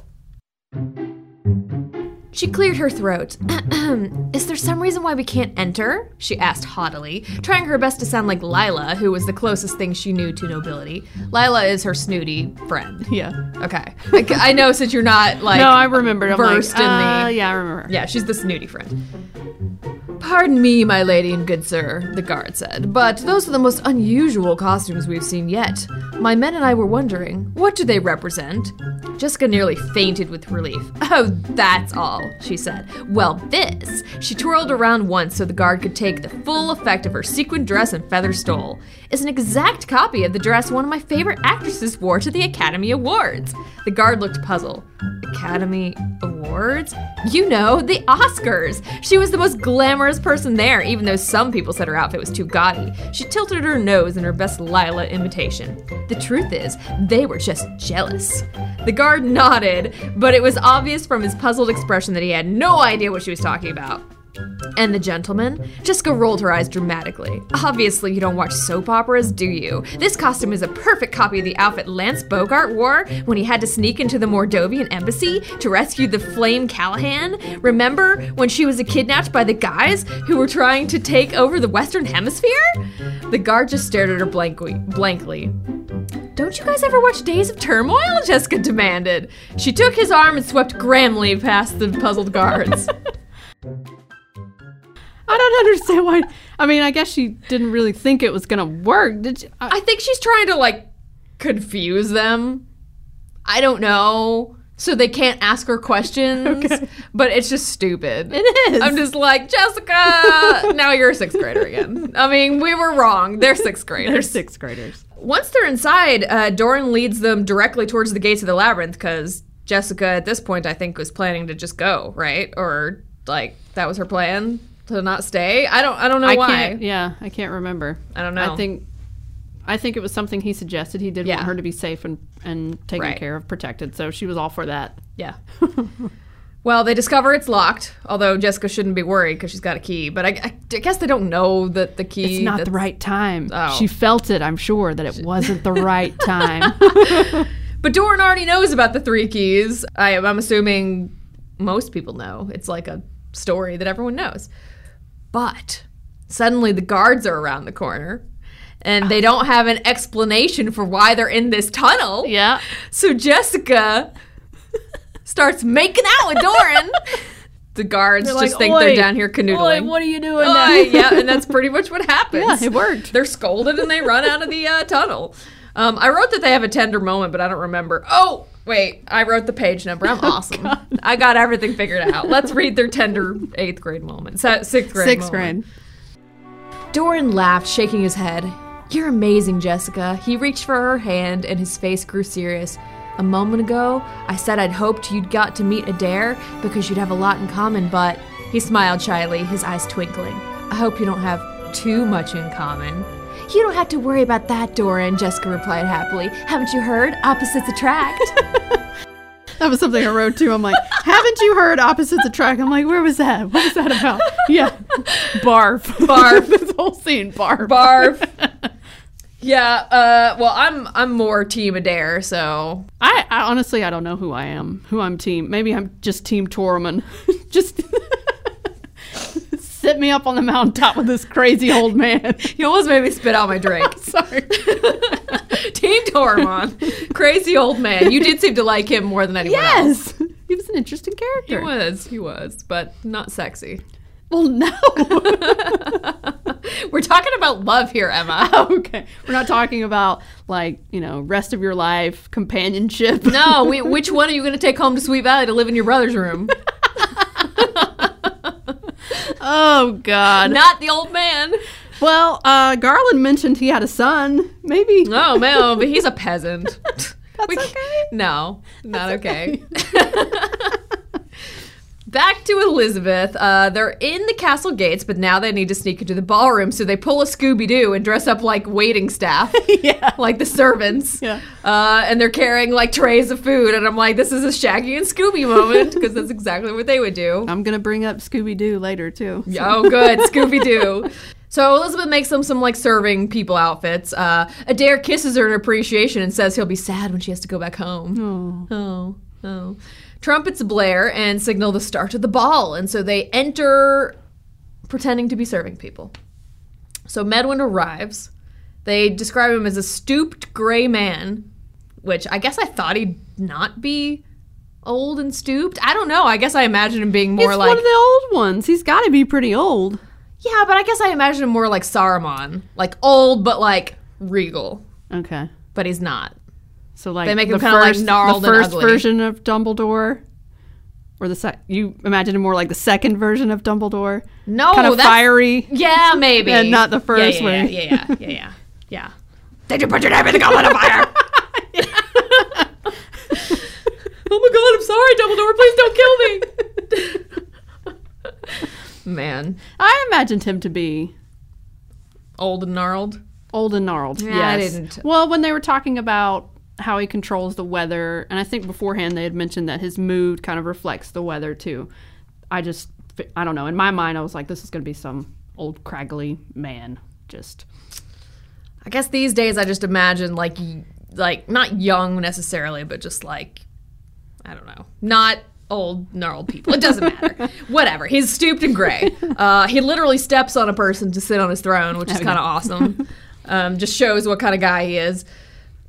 She cleared her throat. Is there some reason why we can't enter? She asked haughtily, trying her best to sound like Lila, who was the closest thing she knew to nobility. Lila is her snooty friend. Yeah. Okay. Like, I know since you're not like. no, I remembered. I'm like, versed in the- uh, yeah, I remember. Yeah, she's the snooty friend. Pardon me, my lady and good sir, the guard said, but those are the most unusual costumes we've seen yet. My men and I were wondering, what do they represent? Jessica nearly fainted with relief. Oh, that's all, she said. Well, this. She twirled around once so the guard could take the full effect of her sequin dress and feather stole. It's an exact copy of the dress one of my favorite actresses wore to the Academy Awards. The guard looked puzzled. Academy Awards? You know, the Oscars. She was the most glamorous person there, even though some people said her outfit was too gaudy. She tilted her nose in her best Lila imitation. The truth is, they were just jealous. The guard nodded, but it was obvious from his puzzled expression that he had no idea what she was talking about. And the gentleman? Jessica rolled her eyes dramatically. Obviously, you don't watch soap operas, do you? This costume is a perfect copy of the outfit Lance Bogart wore when he had to sneak into the Mordovian embassy to rescue the Flame Callahan. Remember when she was kidnapped by the guys who were trying to take over the Western Hemisphere? The guard just stared at her blankly. blankly. Don't you guys ever watch Days of Turmoil? Jessica demanded. She took his arm and swept grandly past the puzzled guards. I don't understand why. I mean, I guess she didn't really think it was gonna work. Did she? I- I think she's trying to like confuse them. I don't know. So they can't ask her questions, but it's just stupid. It is. I'm just like, Jessica, now you're a sixth grader again. I mean, we were wrong. They're sixth graders. They're sixth graders. Once they're inside, uh, Doran leads them directly towards the gates of the labyrinth because Jessica, at this point, I think was planning to just go, right? Or like that was her plan to not stay. I don't. I don't know I why. can't. Yeah, I can't remember. I don't know. I think, I think it was something he suggested. He did Yeah. want her to be safe and and taken Right. care of, protected. So she was all for that. Yeah. well, they discover it's locked. Although Jessica shouldn't be worried because she's got a key. But I, I- I guess they don't know that the key. It's not that- the right time. Oh. She felt it. I'm sure that it wasn't the right time. But Doran already knows about the three keys. I, am- I'm assuming most people know. It's like a story that everyone knows. But suddenly the guards are around the corner and they don't have an explanation for why they're in this tunnel. yeah. So Jessica starts making out with Doran. the guards They're just like, think they're "Oi, down here canoodling. what are you doing? Oh, now? yeah, and that's pretty much what happens. Yeah, it worked. They're scolded and they run out of the uh, tunnel. Um, I wrote that they have a tender moment, but I don't remember. Oh, wait, I wrote the page number. Oh, I'm awesome. I got everything figured out. Let's read their tender eighth grade moment, Se- sixth grade. Sixth moment. grade. Doran laughed, shaking his head. You're amazing, Jessica. He reached for her hand and his face grew serious. A moment ago, I said I'd hoped you'd got to meet Adair because you'd have a lot in common, but. He smiled shyly, his eyes twinkling. I hope you don't have too much in common. You don't have to worry about that, Doran, Jessica replied happily. Haven't you heard? Opposites attract. That was something I wrote too. I'm like, haven't you heard opposites attract? I'm like, where was that? What was that about? Yeah. Barf. Barf. this whole scene, barf. Barf. yeah, uh, well, I'm, I'm more Team Adair, so I, I honestly, I don't know who I am, who I'm team. Maybe I'm just team Tormund. just sit me up on the mountaintop with this crazy old man. You almost made me spit out my drink. Sorry. Team Tormon. Crazy old man. You did seem to like him more than anyone else. Yes. He was an interesting He character. was. He was, but not sexy. Well, no. We're talking about love here, Emma. okay. We're not talking about like, you know, rest of your life companionship. No, we, which one are you going to take home to Sweet Valley to live in your brother's room? Oh god. Not the old man. Well, uh, Garland mentioned he had a son. Maybe. Oh, man, but he's a peasant. We c- okay. No, not okay. Back to Elizabeth. Uh, they're in the castle gates, but now they need to sneak into the ballroom, so they pull a Scooby Doo and dress up like waiting staff. yeah. like the servants. Yeah. Uh, and they're carrying like trays of food, and I'm like, this is a Shaggy and Scooby moment because that's exactly what they would do. I'm gonna bring up Scooby Doo later too. Oh, good, Scooby Doo. So Elizabeth makes them some like serving people outfits. Uh, Adair kisses her in appreciation and says he'll be sad when she has to go back home. Oh. Oh, oh. Trumpets blare and signal the start of the ball, and so they enter pretending to be serving people. So Medwin arrives. They describe him as a stooped gray man, which I guess I thought he'd not be old and stooped. I don't know. I guess I imagine him being more He's like one of the old ones. He's got to be pretty old. Yeah, but I guess I imagine him more like Saruman, like old but like regal, Okay. but he's not. So like They make him the kinda, like, first- gnarled the and first ugly. version of Dumbledore, or the sec- you imagine him more like the second version of Dumbledore, No, kind of Oh, that's- fiery. Yeah, maybe. And not the first yeah, yeah, one. Yeah, yeah, yeah, yeah, yeah. yeah. Did you put your name in the goblet of fire? oh my god, I'm sorry, Dumbledore. Please don't kill me. Man, I imagined him to be old and gnarled. old and gnarled. Yeah, I yes. didn't- Well, when they were talking about how he controls the weather, and I think beforehand they had mentioned that his mood kind of reflects the weather too. I just, I don't know. In my mind, I was like, this is going to be some old craggly man. Just I guess these days I just imagine like y- like not young necessarily, but just like I don't know, not old gnarled people. It doesn't matter. Whatever. He's stooped and gray. Uh, he literally steps on a person to sit on his throne, which is kind of awesome. Um, just shows what kind of guy he is.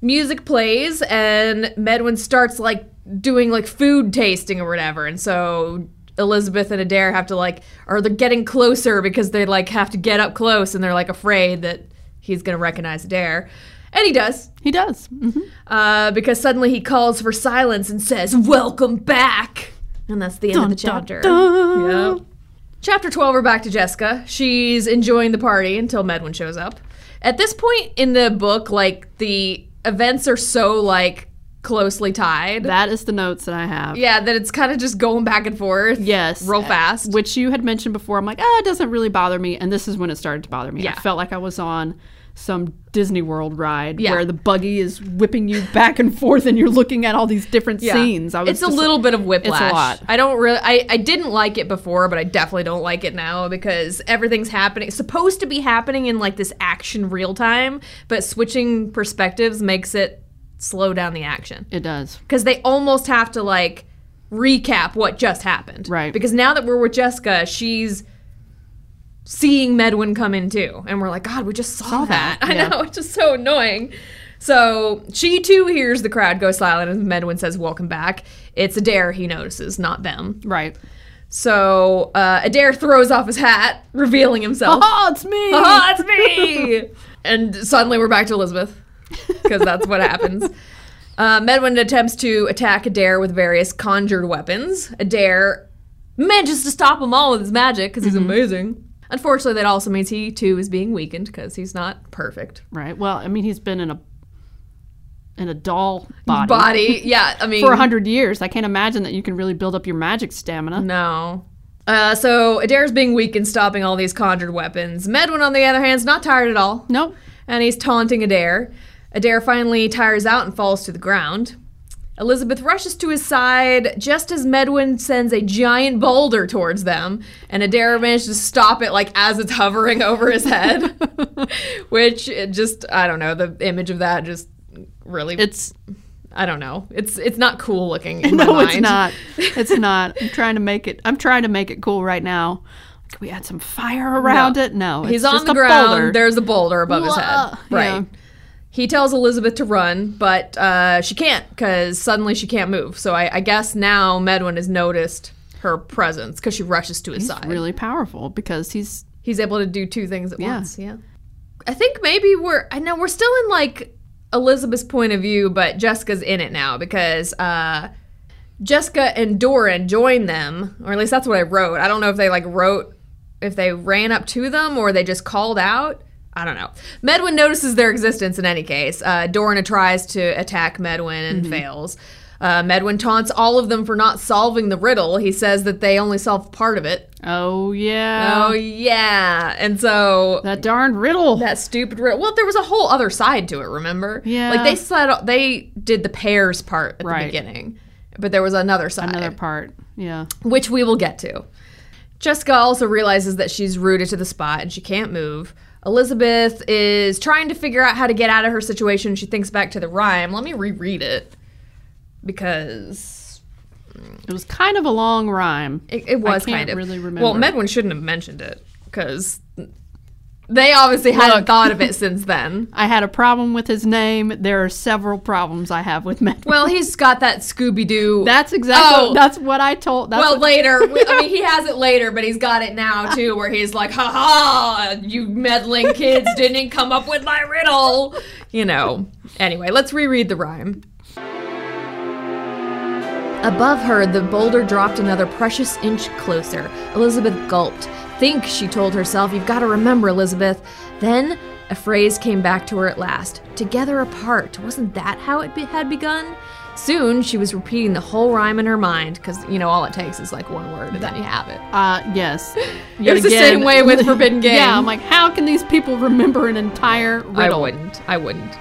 Music plays and Medwin starts like doing like food tasting or whatever, and so. Elizabeth and Adair have to like, or they're getting closer because they like have to get up close and they're like afraid that he's going to recognize Adair. And he does, He does. hmm uh, because suddenly he calls for silence and says, Welcome back! And that's the end of the chapter. Yep. Chapter 12, we're back to Jessica. She's enjoying the party until Medwin shows up. At this point in the book, like, the events are so, like, closely tied. That is the notes that I have. yeah, that it's kind of just going back and forth. Yes. Real fast. Which you had mentioned before. I'm like, ah, it doesn't really bother me. And this is when it started to bother me. Yeah. I felt like I was on some Disney World ride Yeah. where the buggy is whipping you back and forth and you're looking at all these different Yeah. scenes. I was it's a just little bit of whiplash. lot. I don't really. I, I didn't like it before, but I definitely don't like it now because everything's happening. Supposed to be happening in like this action real time, but switching perspectives makes it slow down the action It does. because they almost have to like recap what just happened. Right. Because now that we're with Jessica, she's seeing Medwin come in too, and we're like, God, we just saw, that. that, I yeah. know it's just so annoying. So she too hears the crowd go silent, and Medwin says, "Welcome back." It's Adair he notices, not them. Right. So uh, Adair throws off his hat, revealing himself. Oh, it's me. Oh, it's me! and suddenly we're back to Elizabeth, because that's what happens. Uh, Medwin attempts to attack Adair with various conjured weapons. Adair manages to stop them all with his magic, because Mm-hmm. he's amazing. Unfortunately, that also means he too is being weakened, because he's not perfect. Right. Well, I mean, he's been in a in a doll body, Body, yeah, I mean. for a hundred years. I can't imagine that you can really build up your magic stamina. No. Uh, so Adair's being weak and stopping all these conjured weapons. Medwin, on the other hand, is not tired at all. Nope. and he's taunting Adair. Adair finally tires out and falls to the ground. Elizabeth rushes to his side just as Medwin sends a giant boulder towards them, and Adair manages to stop it like as it's hovering over his head. Which it just I don't know, the image of that just really It's I don't know. It's it's not cool looking in my no, mind. it's not. It's not. I'm trying to make it. I'm trying to make it cool right now. Can we add some fire around it? No, it's He's on just the a ground. boulder. There's a boulder above his head. Wah. Right. Yeah. He tells Elizabeth to run, but uh, she can't because suddenly she can't move. So I, I guess now Medwin has noticed her presence because she rushes to his side. really powerful because he's He's able to do two things at Yeah. once. Yeah. I think maybe we're. I know we're still in like Elizabeth's point of view, but Jessica's in it now because uh, Jessica and Doran join them, or at least that's what I wrote. I don't know if they like wrote if they ran up to them or they just called out. I don't know. Medwin notices their existence in any case. Uh, Doran tries to attack Medwin and fails. Uh, Medwin taunts all of them for not solving the riddle. He says that they only solved part of it. oh yeah Oh, yeah. And so that darn riddle. that stupid riddle. Well, there was a whole other side to it. Remember? Yeah. Like they said they did the pairs part at the Right. beginning, but there was another side, Another part. Yeah. which we will get to. Jessica also realizes that she's rooted to the spot and she can't move. Elizabeth is trying to figure out how to get out of her situation. She thinks back to the rhyme. Let me reread it because It was kind of a long rhyme. It, it was can't kind of. really Well, remember. Medwin shouldn't have mentioned it because they obviously hadn't thought of it since then. I had a problem with his name. There are several problems I have with Medwin. Well, he's got that Scooby Doo. That's exactly. Oh. That's what I told. That's well what, later. I mean, he has it later, but he's got it now too, where he's like, "Ha ha! You meddling kids didn't come up with my riddle." You know. Anyway, let's reread the rhyme. Above her, the boulder dropped another precious inch closer. Elizabeth gulped. Think, she told herself. You've got to remember, Elizabeth. Then a phrase came back to her at last Together apart. Wasn't that how it be- had begun? Soon, she was repeating the whole rhyme in her mind, because, you know, all it takes is like one word and then you have it. Uh, yes. Yet was the same way with Forbidden Game. Yeah, I'm like, how can these people remember an entire riddle? I wouldn't. I wouldn't.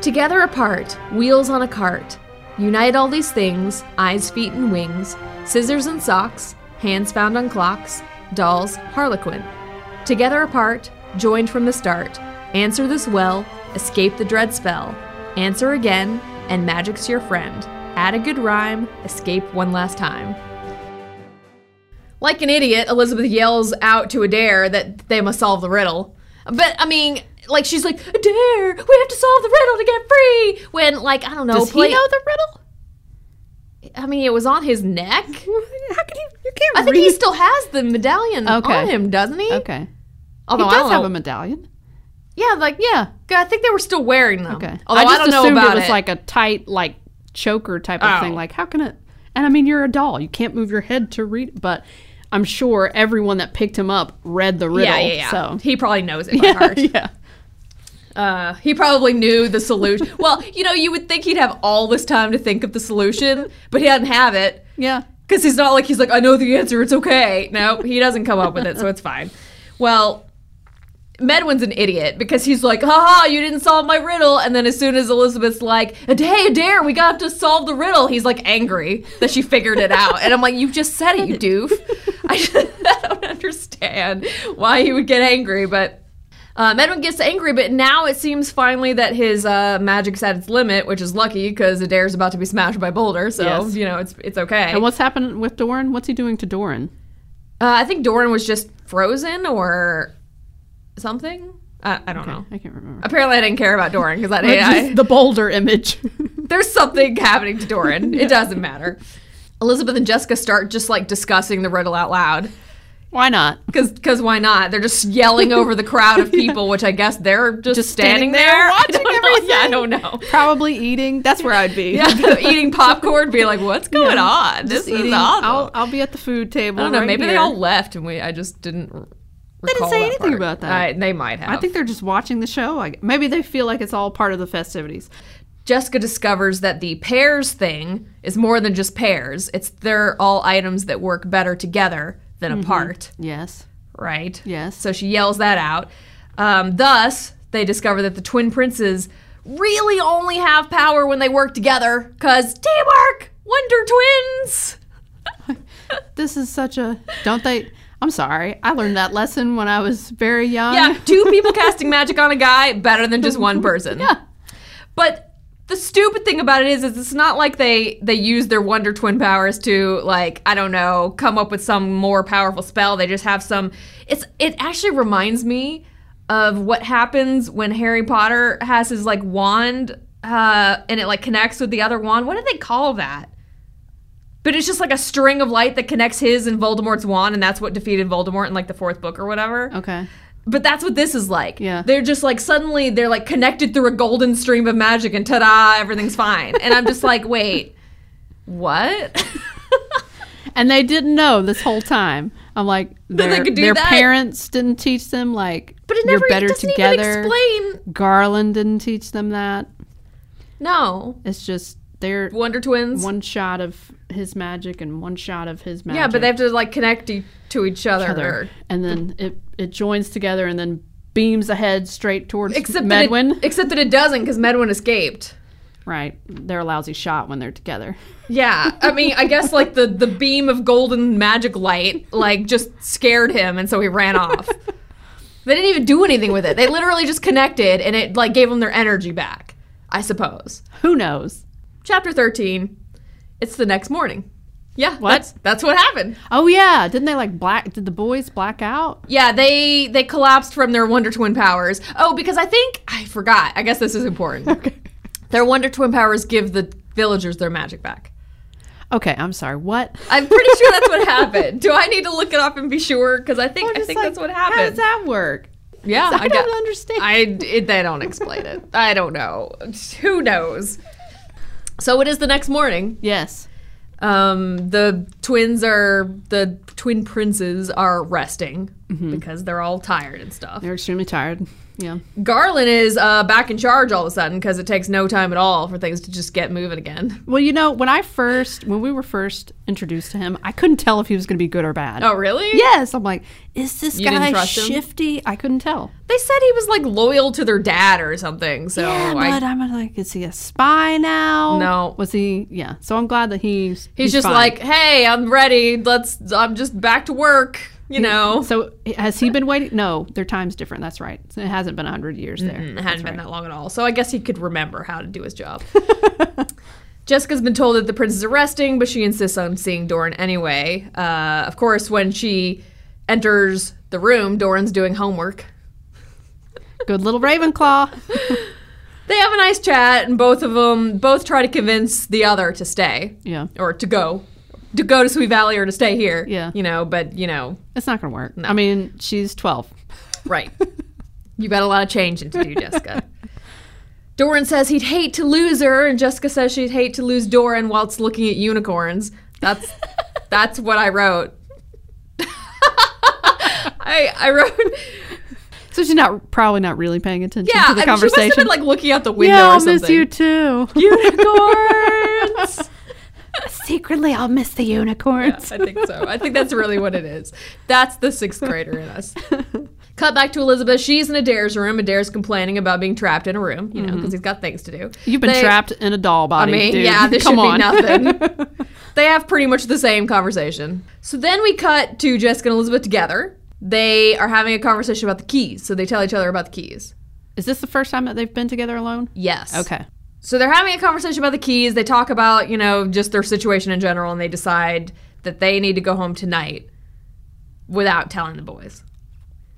Together apart, wheels on a cart. Unite all these things eyes, feet, and wings, scissors and socks, hands found on clocks, dolls, harlequin. Together apart, joined from the start, answer this well, escape the dread spell. Answer again, and magic's your friend. Add a good rhyme, escape one last time. Like an idiot, Elizabeth yells out to Adair that they must solve the riddle. But I mean, like she's like, Adair, we have to solve the riddle to get free. When like I don't know, Does play- he know the riddle? I mean, it was on his neck. How can you? You can't. I think he still has the medallion Okay. on him, doesn't he? Okay. Although he I does don't have know- a medallion. Yeah, like yeah, I think they were still wearing them. Okay. Although I, I just don't know assumed about it was like a tight, like choker type of Oh. thing. Like, how can it? And I mean, you're a doll. You can't move your head to read. But I'm sure everyone that picked him up read the riddle. yeah, yeah, yeah. So He probably knows it by heart. yeah. Uh, he probably knew the solution. well, you know, you would think he'd have all this time to think of the solution, but he doesn't have it. Yeah. Because he's not like, he's like, I know the answer, it's okay. No, he doesn't come up with it, so it's fine. Well, Medwin's an idiot because he's like, haha, you didn't solve my riddle. And then as soon as Elizabeth's like, hey, Adair, we got to solve the riddle, he's like angry that she figured it out. And I'm like, you just said it, you doof. I, just, I don't understand why he would get angry, but um, Edwin gets angry, but now it seems finally that his uh, magic's at its limit, which is lucky because Adair's about to be smashed by Boulder, so Yes. you know it's it's okay. And what's happening with Doran? What's he doing to Doran? uh, I think Doran was just frozen or something. I, I don't know. I can't remember. Apparently, I didn't care about Doran because I, Just Oh. I the boulder image. there's something happening to Doran. It doesn't matter. Elizabeth and Jessica start just like discussing the riddle out loud. Why not? Because why not? They're just yelling over the crowd of people, which I guess they're just, Just standing, standing there. there I watching don't know. everything. Yeah, I don't know. Probably eating. That's where I'd be. yeah, eating popcorn, be like, "What's going on? This Just eating. is awful." I'll, I'll be at the food table. I do not know. right maybe they here. all left, and we I just didn't. r- They didn't recall say that anything part. about that. I, they might have. I think they're just watching the show. I, maybe they feel like it's all part of the festivities. Jessica discovers that the pairs thing is more than just pairs. It's they're all items that work better together than apart. Yes. right? Yes. So she yells that out. Um, thus, they discover that the twin princes really only have power when they work together, because teamwork, Wonder Twins. This is such a don't they? I'm sorry. I learned that lesson when I was very young. Yeah, two people casting magic on a guy better than just one person. Yeah. But the stupid thing about it is, is it's not like they they use their Wonder Twin powers to like I don't know come up with some more powerful spell. They just have some. It's it actually reminds me of what happens when Harry Potter has his like wand uh, and it like connects with the other wand. What do they call that? But it's just like a string of light that connects his and Voldemort's wand, and that's what defeated Voldemort in like the fourth book or whatever. Okay. But that's what this is like. Yeah. They're just like suddenly they're like connected through a golden stream of magic and ta-da, everything's fine. And I'm just like, wait, what? And they didn't know this whole time. I'm like their, they could do their that? parents didn't teach them like But it never you're better it doesn't together. even explain. Garland didn't teach them that. No. It's just they're Wonder Twins. one shot of his magic and one shot of his magic. yeah, but they have to like connect e- to each other. other. and then it it joins together and then beams ahead straight towards Except Medwin. That it, except that it doesn't because Medwin escaped. right, they're a lousy shot when they're together. Yeah, I mean, I guess like the the beam of golden magic light like just scared him, and so he ran off. They didn't even do anything with it. They literally just connected, and it like gave them their energy back. I suppose. Who knows? Chapter thirteen. It's the next morning. Yeah, What? that's that's what happened. Oh yeah, didn't they like black? Did the boys black out? Yeah, they they collapsed from their Wonder Twin powers. Oh, because I think I forgot. I guess this is important. Okay. Their Wonder Twin powers give the villagers their magic back. Okay, I'm sorry. What? I'm pretty sure that's what happened. Do I need to look it up and be sure? Because I think I'm I just think like, that's what How does happened. that work? yeah, I, got- don't understand. I it, they don't explain it. I don't know. Who knows? So it is the next morning. yes. Um, the twins are the twin princes are resting Mm-hmm. because they're all tired and stuff. They're extremely tired. Yeah. Garland is uh, back in charge all of a sudden because it takes no time at all for things to just get moving again. Well, you know, when I first, when we were first introduced to him, I couldn't tell if he was going to be good or bad. Oh, really? Yes. I'm like, is this You didn't guy trust him? shifty? I couldn't tell. They said he was like loyal to their dad or something. So yeah, I but I'm like, is he a spy now? No. Was he? Yeah. So I'm glad that he's. He's, just fine. like, "Hey, I'm ready. Let's. I'm just back to work." You know, So has he been waiting? No, their time's different. That's right. It hasn't been hundred years there. it hadn't been that long at all. So I guess he could remember how to do his job. Jessica's been told that the princes are resting, but she insists on seeing Doran anyway. Uh, of course, when she enters the room, Doran's doing homework. Good little Ravenclaw. They have a nice chat, and both of them both try to convince the other to stay yeah. or to go, to go to Sweet Valley or to stay here. Yeah. you know, but you know, It's not going to work. I mean, she's twelve. Right. You got a lot of changing to do, Jessica. Doran says he'd hate to lose her, and Jessica says she'd hate to lose Doran whilst looking at unicorns. That's that's what I wrote. I I wrote So she's not probably not really paying attention yeah. to the I mean, she must conversation. have been like looking out the window yeah, or I'll something. miss you too. unicorns. Secretly, I'll miss the Yeah, unicorns. I think so. I think that's really what it is. That's the sixth grader in us. Cut back to Elizabeth. She's in Adair's room. Adair's complaining about being trapped in a room, you know, because he's got things to do. Mm-hmm. You've been They- trapped in a doll I body. mean, dude. yeah, this Come should on. be nothing. they have pretty much the same conversation. So then we cut to Jessica and Elizabeth together. They are having a conversation about the keys. So they tell each other about the keys. Is this the first time that they've been together alone? Yes. Okay. So they're having a conversation about the keys. They talk about, you know, just their situation in general, and they decide that they need to go home tonight without telling the boys.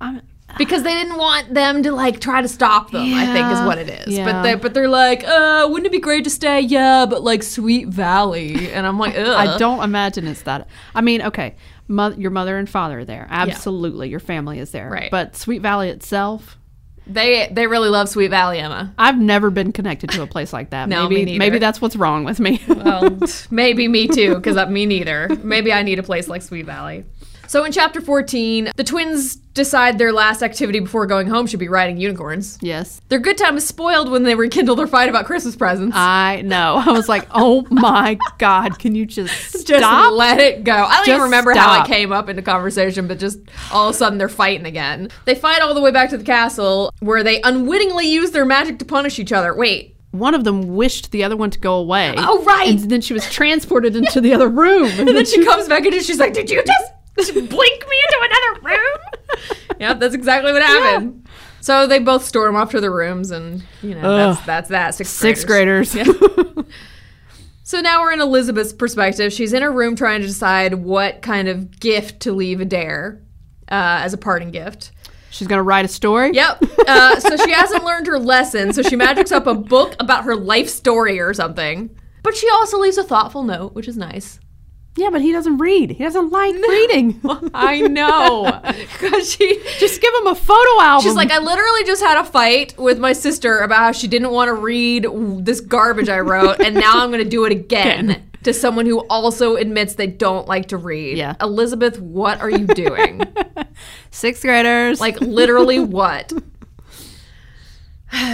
I'm, Because they didn't want them to like try to stop them, I think is Yeah. what it is. But Yeah. they but they're like, uh, wouldn't it be great to stay? Yeah, but like Sweet Valley. And I'm like, Ugh. I don't imagine it's that. I mean, okay, moth- your mother and father are there. Absolutely, your family is there. Right. But Sweet Valley itself, They they really love Sweet Valley, Emma. I've never been connected to a place like that. No, maybe me neither. maybe that's what's wrong with me. Well, maybe me too, because me neither. Maybe I need a place like Sweet Valley. So in chapter 14, the twins decide their last activity before going home should be riding unicorns. yes. Their good time is spoiled when they rekindle their fight about Christmas presents. I know. I was like, "Oh my god, can you just just stop?" let it go. I don't even Just remember how it stop. came up into conversation, but just all of a sudden they're fighting again. They fight all the way back to the castle where they unwittingly use their magic to punish each other. Wait, one of them wished the other one to go away. Oh, right. And then she was transported into the other room. And then she comes back in and she's like, Did you just blink me into another room? yep, that's exactly what happened. So they both storm off to their rooms and, you know, Ugh. that's, that's that. Sixth, Sixth graders. graders. So now we're in Elizabeth's perspective. She's in her room trying to decide what kind of gift to leave Adair uh, as a parting gift. She's gonna write a story. Yep. Uh, so she hasn't learned her lesson, so she magics up a book about her life story or something. But she also leaves a thoughtful note, which is nice. Yeah, but he doesn't read. He doesn't like reading. I know. Because she. Just give him a photo album. She's like, I literally just had a fight with my sister about how she didn't want to read this garbage I wrote, and now I'm going to do it again, Again. to someone who also admits they don't like to read. Yeah. Elizabeth, what are you doing? sixth graders. like, literally, what?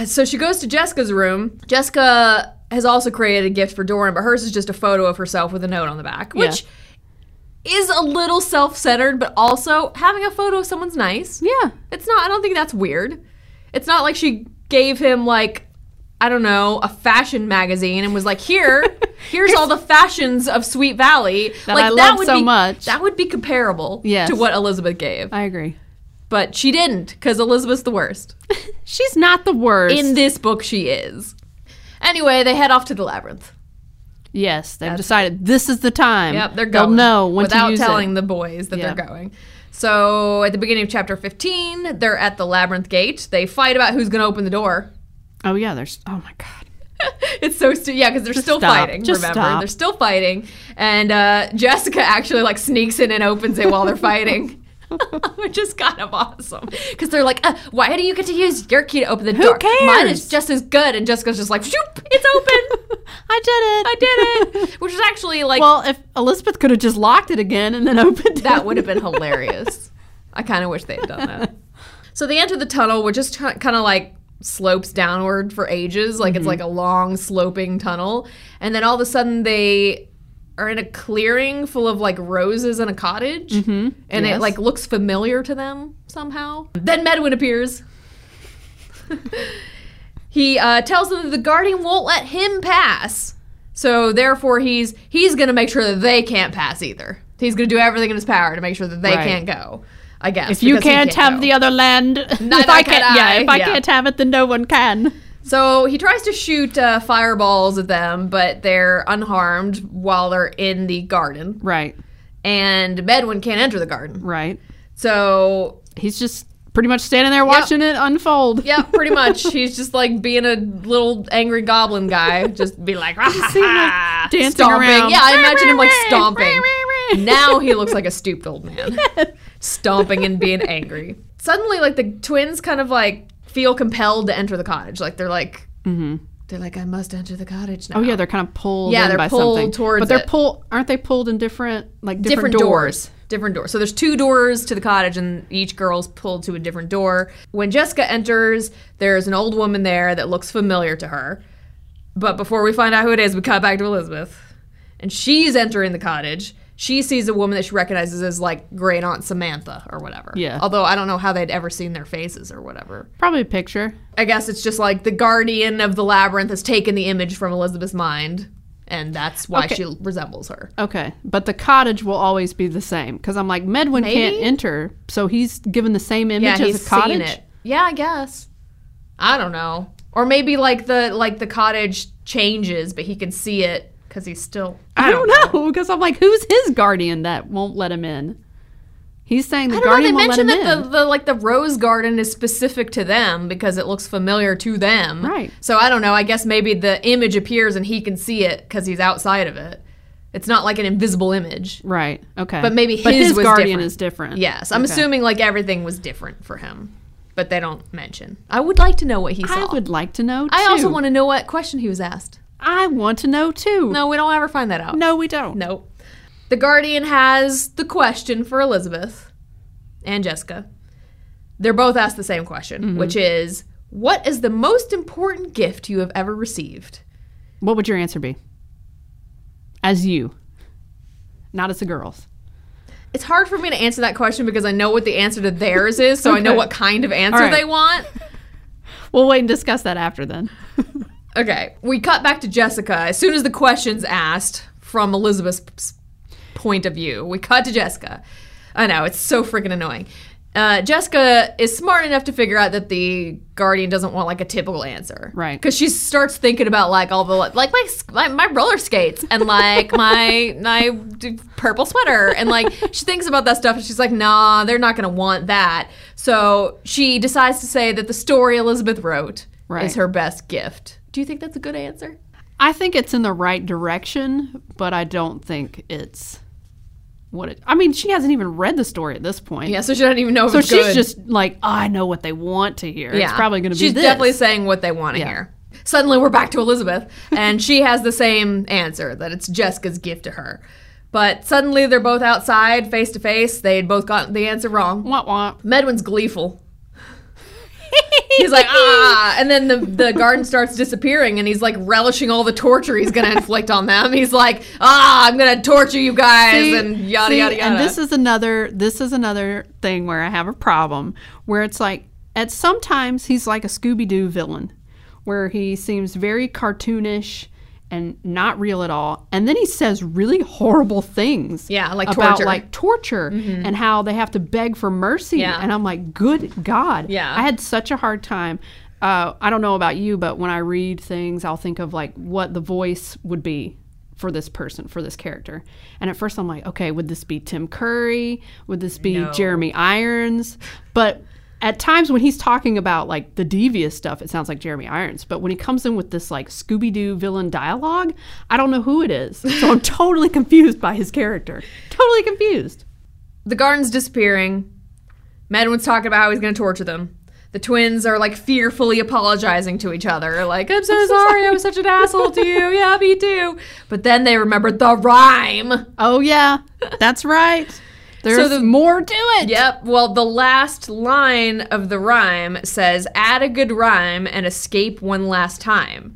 So she goes to Jessica's room. Jessica has also created a gift for Doran, but hers is just a photo of herself with a note on the back, which is a little self centered, but also having a photo of someone's nice. yeah. It's not. I don't think that's weird. It's not like she gave him like I don't know a fashion magazine and was like, "Here, here's all the fashions of Sweet Valley That like, I love so be, much." That would be comparable Yes. to what Elizabeth gave, I agree. but she didn't because Elizabeth's the worst. She's not the worst. In this book, she is. Anyway, they head off to the labyrinth. yes, they've decided this is the time. Yep, they're They'll going. know when without to use telling it. the boys that Yeah. they're going. So at the beginning of chapter 15, they're at the labyrinth gate. They fight about who's going to open the door. Oh yeah, there's. Oh my god. It's so stu- yeah, because they're still stop. fighting. Just remember, stop. they're still fighting, and uh, Jessica actually like sneaks in and opens it while they're fighting. Which is kind of awesome because they're like, uh, "Why do you get to use your key to open the door? Mine is cares?" just as good." And Jessica's just like, "Shoop, it's open! I I did it. did it!" Which is actually like Well, if Elizabeth could have just locked it again and then opened it. that would have been hilarious. I kind of wish they had done that. So they enter the tunnel, which just kind of like slopes downward for ages. Like Mm-hmm. it's like a long sloping tunnel. And then all of a sudden they are in a clearing full of like roses and a cottage. And it Mm-hmm. Yes. like looks familiar to them somehow. Then Medwin appears. he uh, tells them that the guardian won't let him pass. So therefore he's he's going to make sure that they can't pass either. He's going to do everything in his power to make sure that they Right. can't go. I guess If you because he can't, have go. the other land, if Neither I can can't, yeah, I. if I Yeah. can't have it, then no one can. So he tries to shoot uh, fireballs at them, but they're unharmed while they're in the garden. Right, And Medwin can't enter the garden. right. So, He's just pretty much standing there watching it unfold. yeah, pretty much. he's just like being a little angry goblin guy. Just be like, "Ah, ha, See him, like, ha," dancing stomping. around. Yeah, I imagine him like stomping. now he looks like a stooped old man, stomping and being angry. Suddenly, like the twins kind of like feel compelled to enter the cottage. Like they're like, they're like, I must enter the cottage now. Mm-hmm. Oh yeah, they're kind of pulled. Yeah, in they're by pulled something. towards But they're it. pulled. Aren't they pulled in different like different, different doors. Different doors. So there's two doors to the cottage, and each girl's pulled to a different door. When Jessica enters, there's an old woman there that looks familiar to her. But before we find out who it is, we cut back to Elizabeth. And she's entering the cottage. She sees a woman that she recognizes as like great aunt Samantha or whatever. Yeah. Although I don't know how they'd ever seen their faces or whatever. Probably a picture. I guess it's just like the guardian of the labyrinth has taken the image from Elizabeth's mind, and that's why Okay. she resembles her. Okay, but the cottage will always be the same because I'm like Medwin can't Maybe? enter, so he's given the same image as the cottage. Yeah, I guess. I don't know. Or maybe like the like the cottage changes, but he can see it because he's still. I don't know because I'm like, who's his guardian that won't let him in? He's saying the I don't know. They guardian won't let mentioned him that the, in. the like the rose garden is specific to them because it looks familiar to them. Right. So I don't know. I guess maybe the image appears and he can see it because he's outside of it. It's not like an invisible image. right. Okay. But maybe but his his, was guardian different. is different. Yes, I'm Okay. assuming like everything was different for him, but they don't mention. I would like to know what he saw. I would like to know. Too. I also want to know what question he was asked. I want to know too. No, we don't ever find that out. no, we don't. Nope. The Guardian has the question for Elizabeth and Jessica. They're both asked the same question, Mm-hmm. which is What is the most important gift you have ever received? What would your answer be? As you, not as the girls. It's hard for me to answer that question because I know what the answer to theirs is, so I know Okay. what kind of answer All right. they want. We'll wait and discuss that after then. Okay, we cut back to Jessica as soon as the question's asked from Elizabeth's p- s- point of view. We cut to Jessica. I know, it's so freaking annoying. Uh, Jessica is smart enough to figure out that the guardian doesn't want like a typical answer, Right. Because she starts thinking about like all the like like my s- my, my roller skates and like my my d- purple sweater and like she thinks about that stuff and she's like, nah, they're not gonna want that. So she decides to say that the story Elizabeth wrote Right. is her best gift. Do you think that's a good answer? I think it's in the right direction, but I don't think it's what it. I mean, she hasn't even read the story at this point. Yeah, so she doesn't even know if So it's she's good. just like, "Oh, I know what they want to hear. It's probably going to be She's this. definitely saying what they want to Yeah. hear. Suddenly, we're back to Elizabeth, and she has the same answer that it's Jessica's gift to her. But suddenly, they're both outside, face to face. They had both gotten the answer wrong. Wah, wah. Medwin's gleeful. He's like, ah, and then the, the garden starts disappearing, and he's like relishing all the torture he's going to inflict on them. He's like, ah, I'm going to torture you guys, See- and yada see, yada yada. And this is another this is another thing where I have a problem where it's like at sometimes he's like a Scooby Doo villain where he seems very cartoonish and not real at all and then he says really horrible things Yeah, like about torture. Mm-hmm. like torture and how they have to beg for mercy Yeah. and i'm like good god Yeah. i had such a hard time uh, i don't know about you but when i read things i'll think of like what the voice would be for this person for this character and at first i'm like okay would this be tim curry would this be No. jeremy irons but at times when he's talking about like the devious stuff it sounds like jeremy irons but when he comes in with this like scooby-doo villain dialogue i don't know who it is so i'm totally confused by his character totally confused the garden's disappearing. Medwin's talking about how he's going to torture them. The twins are like fearfully apologizing to each other, like, I'm so sorry, I was such an asshole to you. Yeah, me too. But then they remembered the rhyme. Oh yeah, that's right. There's the- more to it. Yep. Well, the last line of the rhyme says, add a good rhyme and escape one last time.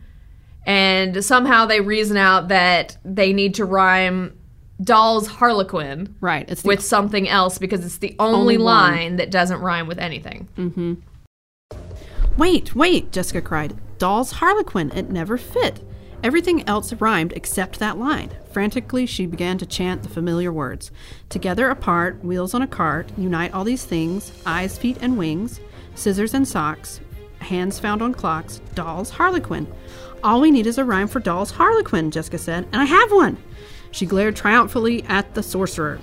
And somehow they reason out that they need to rhyme Doll's Harlequin Right. It's the, with something else because it's the only, Only one. Mm. line that doesn't rhyme with anything. wait, wait, Jessica cried. Doll's Harlequin, it never fit. Everything else rhymed except that line. Frantically, she began to chant the familiar words. Together apart, wheels on a cart, unite all these things, eyes, feet, and wings, scissors and socks, hands found on clocks, doll's harlequin. All we need is a rhyme for doll's harlequin, Jessica said, and I have one. She glared triumphantly at the sorcerer.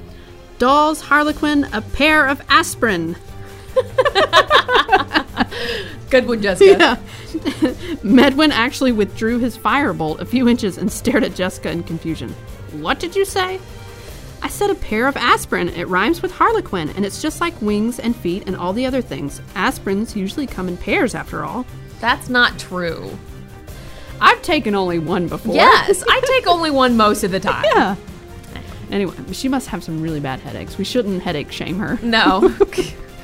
Doll's harlequin, a pair of aspirin. Good one, Jessica. Medwin actually withdrew his firebolt a few inches and stared at Jessica in confusion. What did you say? I said a pair of aspirin. It rhymes with harlequin, and it's just like wings and feet and all the other things. Aspirins usually come in pairs, after all. That's not true. I've taken only one before. Yes, I take only one most of the time. yeah. Anyway, she must have some really bad headaches. We shouldn't headache shame her. No.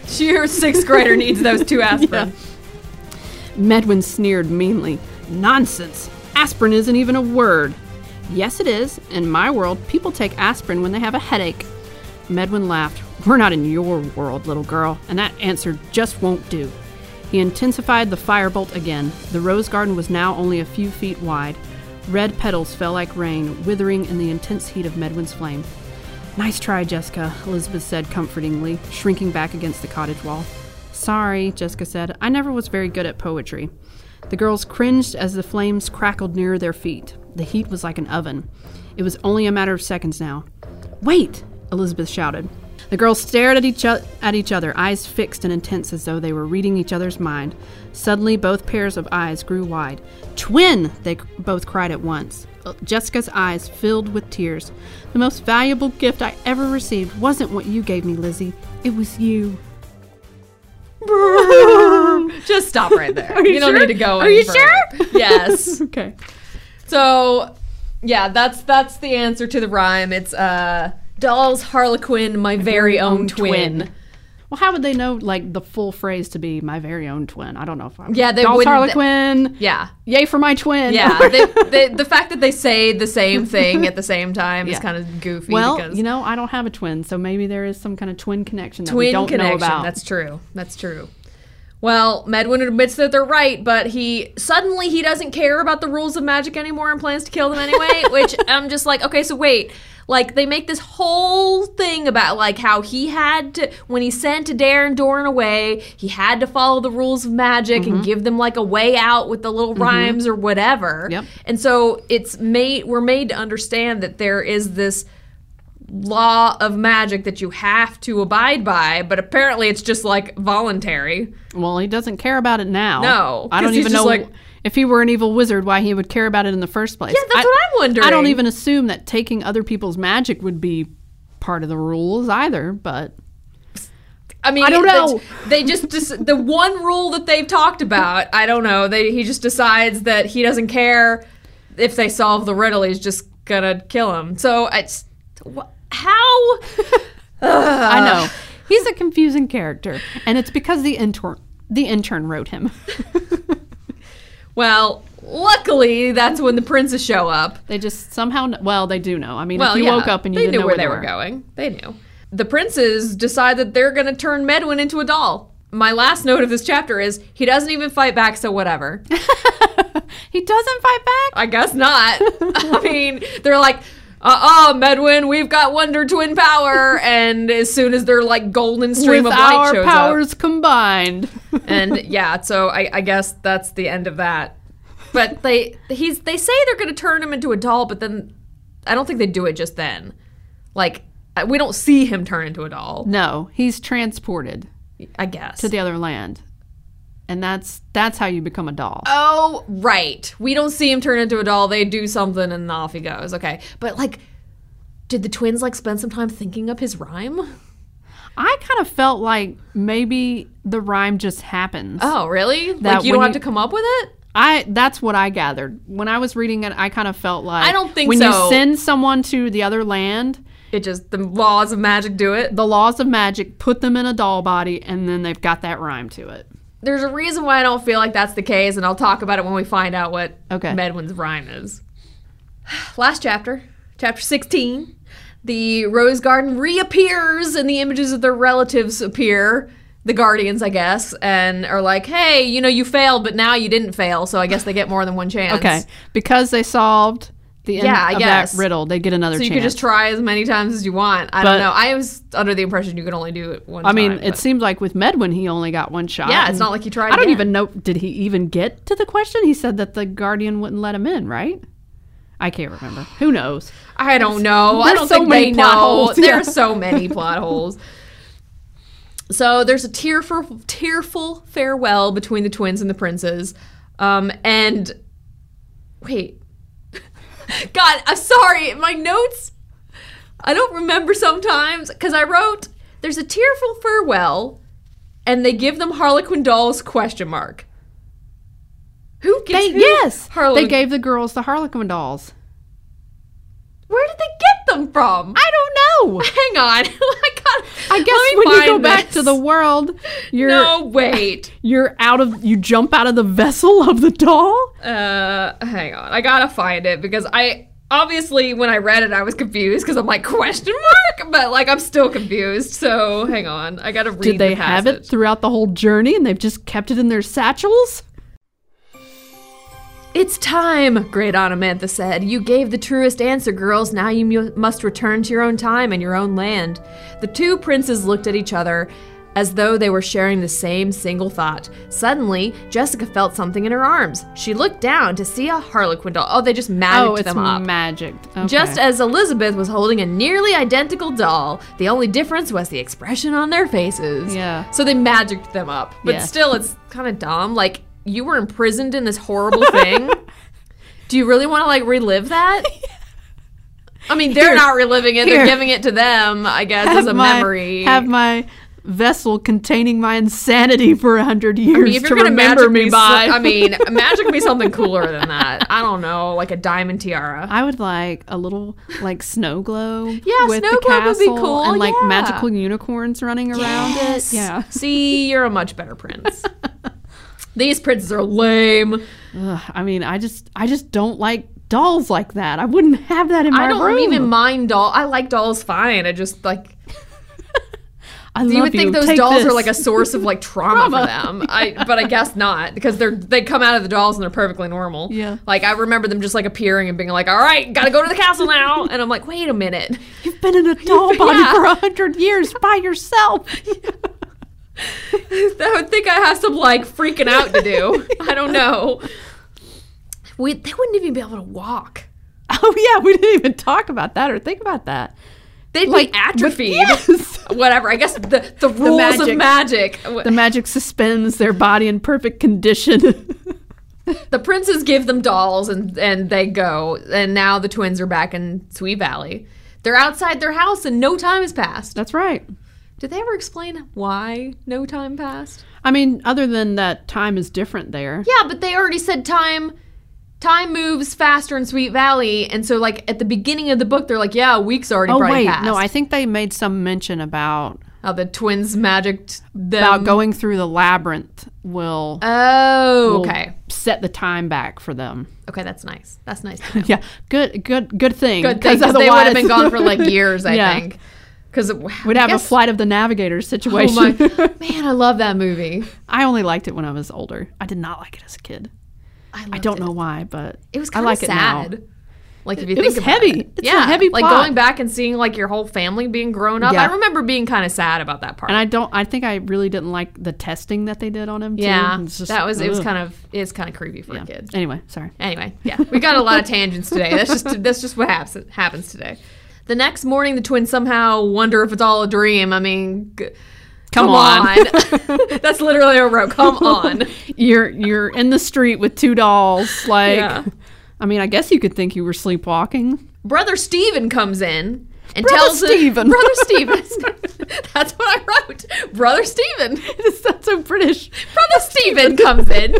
she, her sixth grader needs those two aspirin. Medwin sneered meanly. Nonsense! Aspirin isn't even a word! Yes, it is. In my world, people take aspirin when they have a headache. Medwin laughed. We're not in your world, little girl, and that answer just won't do. He intensified the firebolt again. The rose garden was now only a few feet wide. Red petals fell like rain, withering in the intense heat of Medwin's flame. Nice try, Jessica, Elizabeth said comfortingly, shrinking back against the cottage wall. Sorry, Jessica said. I never was very good at poetry. The girls cringed as the flames crackled near their feet. The heat was like an oven. It was only a matter of seconds now. Wait! Elizabeth shouted. The girls stared at each, o- at each other, eyes fixed and intense as though they were reading each other's mind. Suddenly, both pairs of eyes grew wide. Twin! They c- both cried at once. Uh, Jessica's eyes filled with tears. The most valuable gift I ever received wasn't what you gave me, Lizzie. It was you. Just stop right there. you you, don't sure? need to go. Are any you further. sure? Yes. Okay. So, yeah, that's that's the answer to the rhyme. It's uh, Doll's Harlequin, my very own twin. Well, how would they know like the full phrase to be my very own twin? I don't know if I'm Yeah, they Dolls wouldn't- Harlequin. Yeah. Yay for my twin. Yeah, they, they, the fact that they say the same thing at the same time is Yeah. kind of goofy. well, because you know, I don't have a twin, so maybe there is some kind of twin connection that we twin don't connection. know about. That's true. That's true. Well, Medwin admits that they're right, but he suddenly he doesn't care about the rules of magic anymore and plans to kill them anyway. which I'm just like, okay, so wait. Like they make this whole thing about like how he had to when he sent Dare and Doran away, he had to follow the rules of magic Mm-hmm. and give them like a way out with the little rhymes or whatever. Yep. And so it's made we're made to understand that there is this law of magic that you have to abide by, but apparently it's just like voluntary. well, he doesn't care about it now. No, I 'cause don't he's even just know like- if he were an evil wizard why he would care about it in the first place. Yeah, that's what I'm wondering. I don't even assume that taking other people's magic would be part of the rules either, but I mean, I don't they- know. They just dec- the one rule that they've talked about. I don't know. They, he just decides that he doesn't care if they solve the riddle. He's just gonna kill him. So it's wh- how Uh, I know. He's a confusing character, and it's because the intern the intern wrote him. well. Luckily, that's when the princes show up. they just somehow kn- well, they do know. I mean, Well, if you yeah, woke up and you they didn't knew know where they were going. They knew. The princes decide that they're going to turn Medwin into a doll. My last note of this chapter is he doesn't even fight back, so whatever. He doesn't fight back. I guess not. I mean, they're like, uh uh Medwin, we've got Wonder Twin power. And as soon as their like golden stream With of light our shows powers combined. up, and yeah, so I, I guess that's the end of that. But they he's they say they're going to turn him into a doll, but then I don't think they do it just then. Like I- we don't see him turn into a doll. no, he's transported I guess. to the other land. And that's that's how you become a doll. oh, right. We don't see him turn into a doll. They do something and off he goes. Okay. But like, did the twins like spend some time thinking up his rhyme? I kind of felt like maybe the rhyme just happens. Oh, really? That like you don't when have you- to come up with it? I that's what I gathered. When I was reading it, I kind of felt like I don't think when so. you send someone to the other land, It just the laws of magic do it. the laws of magic, put them in a doll body, and then they've got that rhyme to it. There's a reason why I don't feel like that's the case, and I'll talk about it when we find out what Okay. Medwin's rhyme is. Last chapter, chapter 16. The rose garden reappears, and the images of their relatives appear, the guardians, I guess, and are like, hey, you know, you failed, but now you didn't fail, so I guess they get more than one chance. Okay, because they solved the end Yeah, I of guess. that riddle, they get another So you chance. could just try as many times as you want. I But- don't know. I was under the impression you could only do it one I mean, time, it but- seemed like with Medwin, he only got one shot. Yeah, it's and not like he tried I don't again. even know. Did he even get to the question? He said that the guardian wouldn't let him in, right? I can't remember. Who knows? I don't know. I There's don't so think many they plot know. holes, There yeah. are so many plot holes. So there's a tearful, tearful farewell between the twins and the princes. Um, and wait, God, I'm sorry. My notes I don't remember sometimes because I wrote there's a tearful farewell, and they give them Harlequin dolls question mark. Who gives They, who yes, Harlequin? they gave the girls the Harlequin dolls. Where did they get them from? I don't know. Hang on, I got. I guess when you go back to the world, you're no wait. you're out of you jump out of the vessel of the doll. Uh, hang on. I gotta find it because I obviously when I read it I was confused because I'm like question mark, but like I'm still confused. So hang on, I gotta read. Did they the have it passage. throughout the whole journey and they've just kept it in their satchels? It's time, great Onamantha said. You gave the truest answer, girls. Now you mu- must return to your own time and your own land. The two princes looked at each other as though they were sharing the same single thought. Suddenly, Jessica felt something in her arms. She looked down to see a harlequin doll. Oh, they just magicked oh, it's them up. magic. Just as Elizabeth was holding a nearly identical doll, the only difference was the expression on their faces. Yeah. So they magicked them up. But Yes. still, it's kind of dumb. Like, you were imprisoned in this horrible thing. Do you really want to, like, relive that? I mean, they're Here. not reliving it. Here. They're giving it to them, I guess, as a my, memory. Have my vessel containing my insanity for a hundred years I mean, if to you're gonna remember magic me me, so- by. I mean, magic me something cooler than that. I don't know, like a diamond tiara. I would like a little like snow globe. Yeah, with snow the globe would be castle cool, And like yeah. magical unicorns running around it. Yeah. See, you're a much better prince. These princes are lame. Ugh, I mean, I just I just don't like dolls like that. I wouldn't have that in my I don't room. even mind doll. I like dolls fine. I just like I love you would think those Take dolls are this. like a source of like trauma, for them. I but I guess not because they're they come out of the dolls and they're perfectly normal. Yeah. Like I remember them just like appearing and being like, "All right, gotta go to the castle now," and I'm like, "Wait a minute." You've been in a doll body Yeah. for a hundred years by yourself. I would think I have some like freaking out to do. I don't know. We they wouldn't even be able to walk. Oh yeah, we didn't even talk about that or think about that. They'd Like, be atrophied. yes. Whatever. I guess the, the rules magic. of magic. W- The magic suspends their body in perfect condition. The princes give them dolls and, and they go. And now the twins are back in Sweet Valley. They're outside their house and no time has passed. That's right. Did they ever explain why no time passed? I mean, other than that, time is different there. Yeah, but they already said time time moves faster in Sweet Valley. And so like at the beginning of the book they're like, Yeah, a week's already Oh probably wait, passed. no, I think they made some mention about oh, the twins magicked them. about going through the labyrinth will Oh will okay. set the time back for them. Okay, that's nice. That's nice to know. Yeah, good, good, good thing. good thing 'cause they would have been gone for like years, I Yeah. think. Because We'd have a flight of the Oh navigator situation. man, I love that movie. I only liked it when I was older. I did not like it as a kid. I loved don't it. know why, but It was I kind like of it now. sad. Like if you It think was about heavy. it. It's a heavy like plot. going back and seeing like your whole family being grown up. Yeah. I remember being kind of sad about that part. And I don't. I think I really didn't like the testing that they did on him. yeah, too. It's just- that was it. Was ugh. kind of it's kind of creepy for a kid. Anyway, sorry. Anyway, yeah, we got a lot of tangents today. That's just that's just what happens happens today. The next morning, the twins somehow wonder if it's all a dream. I mean, g- Come on. that's literally a row. Come on. You're you're in the street with two dolls. Like, Yeah. I mean, I guess you could think you were sleepwalking. Brother Steven comes in and Brother tells him- Steven. Brother Steven. That's what I wrote. Brother Steven. This sounds so British. Brother Steven comes in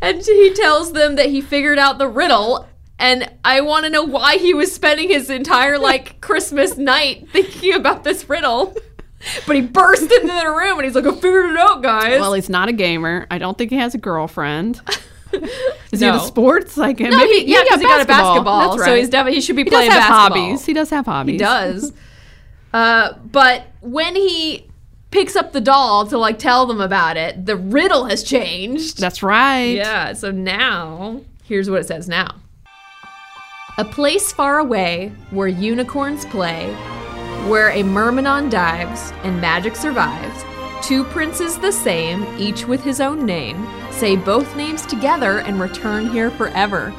and he tells them that he figured out the riddle. And I want to know why he was spending his entire like Christmas night thinking about this riddle. But he burst into the room and he's like, "I figured it out, guys." Well, he's not a gamer. I don't think he has a girlfriend. Is he no. into sports? Like, No, maybe he, yeah, because he got a basketball. That's right. So he's definitely he should be he does playing have basketball. hobbies. He does have hobbies. He does. Uh, but when he picks up the doll to like tell them about it, the riddle has changed. That's right. Yeah, so now, here's what it says now. A place far away where unicorns play, where a myrmidon dives and magic survives, two princes the same, each with his own name, say both names together and return here forever.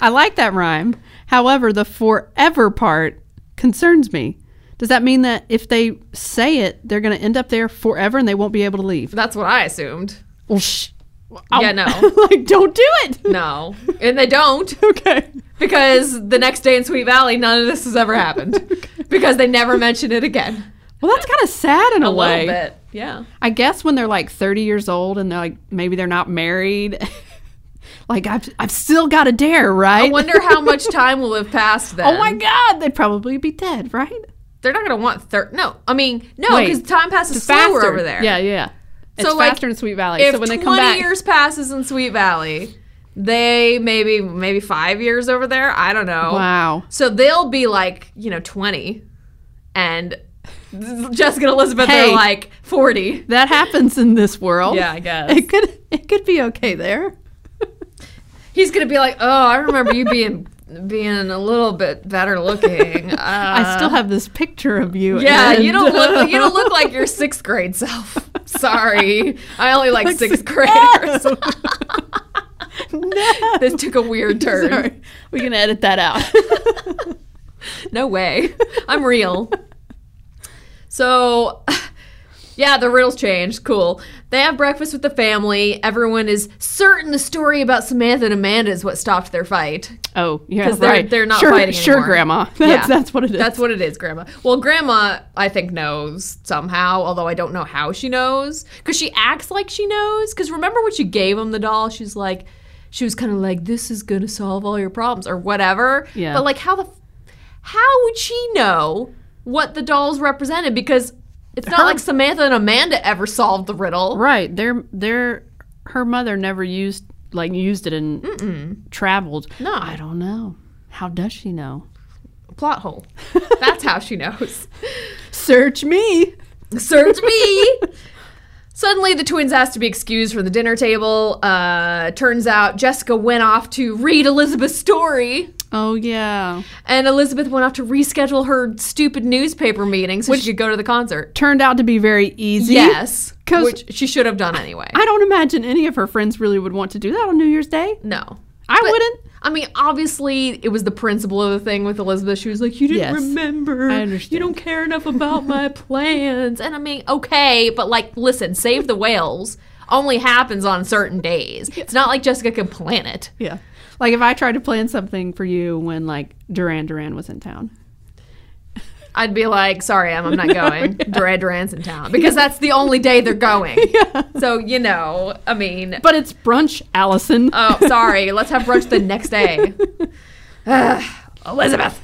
I like that rhyme. However, the forever part concerns me. Does that mean that if they say it, they're going to end up there forever and they won't be able to leave? That's what I assumed. Well, shh. Yeah, no. like, don't do it. No. and they don't. Okay. because the next day in Sweet Valley, none of this has ever happened because they never mention it again. Well, that's kind of sad in a, A way. little bit, yeah. I guess when they're like 30 years old and they're like maybe they're not married, like I've I've still got a dare, right? I wonder how much time will have passed then. oh my God, they'd probably be dead, right? They're not going to want thir No, I mean no, Wait. because time passes It's slower over there. Yeah, yeah. It's So, like, faster in Sweet Valley. If so when they 20 come back, years passes in Sweet Valley, they maybe maybe five years over there. I don't know. wow. So they'll be like, you know, 20. And Jessica and Elizabeth Hey. are like 40. That happens in this world. Yeah, I guess. It could it could be okay there. He's going to be like, oh, I remember you being being a little bit better looking. Uh, I still have this picture of you. Yeah, you and- uh, don't look you don't look like your sixth grade self. Sorry, I only like Like sixth sixth- graders. no. this took a weird turn. Sorry. We can edit that out. No way, I'm real. So, yeah, the riddles changed. Cool. They have breakfast with the family. Everyone is certain the story about Samantha and Amanda is what stopped their fight. Oh, yeah, 'Cause they're- right. they're not sure, fighting Sure, anymore. Grandma. That's, that's what it is. That's what it is, Grandma. Well, Grandma, I think, knows somehow, although I don't know how she knows. Because she acts like she knows. Because remember when she gave him the doll? She's like, she was kind of like, this is going to solve all your problems or whatever. Yeah. But like, how the, f- how would she know what the dolls represented? Because it's not Her- like Samantha and Amanda ever solved the riddle. right. Their their her mother never used like used it and traveled. No. I don't know. How does she know? Plot hole. That's how she knows. Search me. Search me. Suddenly, the twins asked to be excused from the dinner table. Uh, turns out Jessica went off to read Elizabeth's story, Oh yeah. and Elizabeth went off to reschedule her stupid newspaper meeting so she could go to the concert. Turned out to be very easy. Yes, 'Cause- which she should have done anyway. I don't imagine any of her friends really would want to do that on New Year's Day. no, I But- wouldn't. I mean, obviously, it was the principle of the thing with Elizabeth. She was like, "You didn't Yes. remember. I understand. You don't care enough about my plans." And I mean, okay, but like, listen, save the whales only happens on certain days. It's not like Jessica can plan it. Yeah. Like if I tried to plan something for you when like Duran Duran was in town. I'd be like, "Sorry, I'm, I'm not going." Duran Duran's in town because that's the only day they're going. So you know, I mean, But it's brunch, Allison. oh, sorry. Let's have brunch the next day. Ugh, Elizabeth.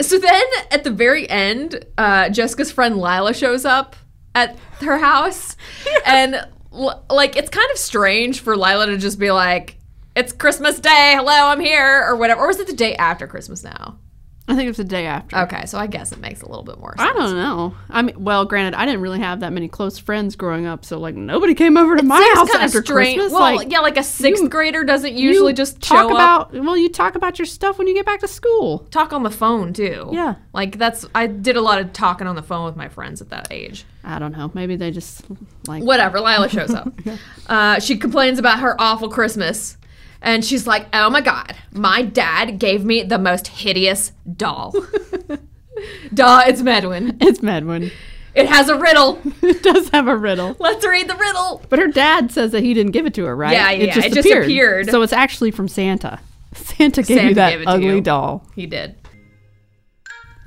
So then at the very end, uh, Jessica's friend Lila shows up at her house. And, l- like, it's kind of strange for Lila to just be like, it's Christmas Day. Hello, I'm here, or whatever. Or was it the day after Christmas now? I think it's the day after. Okay, so I guess it makes a little bit more sense. I don't know. I mean, well, granted, I didn't really have that many close friends growing up, so like nobody came over to my Seems house kinda after strange. Christmas. Well, like, yeah, like a sixth grader doesn't you usually just talk show up. about. Well, you talk about your stuff when you get back to school. talk on the phone too. Yeah. Like that's I did a lot of talking on the phone with my friends at that age. I don't know. Maybe they just like. Whatever, Lila shows up. uh, she complains about her awful Christmas. And she's like, "Oh my god, my dad gave me the most hideous doll." Duh, it's Medwin. It's Medwin. It has a riddle. it does have a riddle, Let's read the riddle. but her dad says that he didn't give it to her, right? Yeah, yeah, it just appeared. So it's actually from Santa. Santa gave Santa you that gave it to ugly you. doll. He did.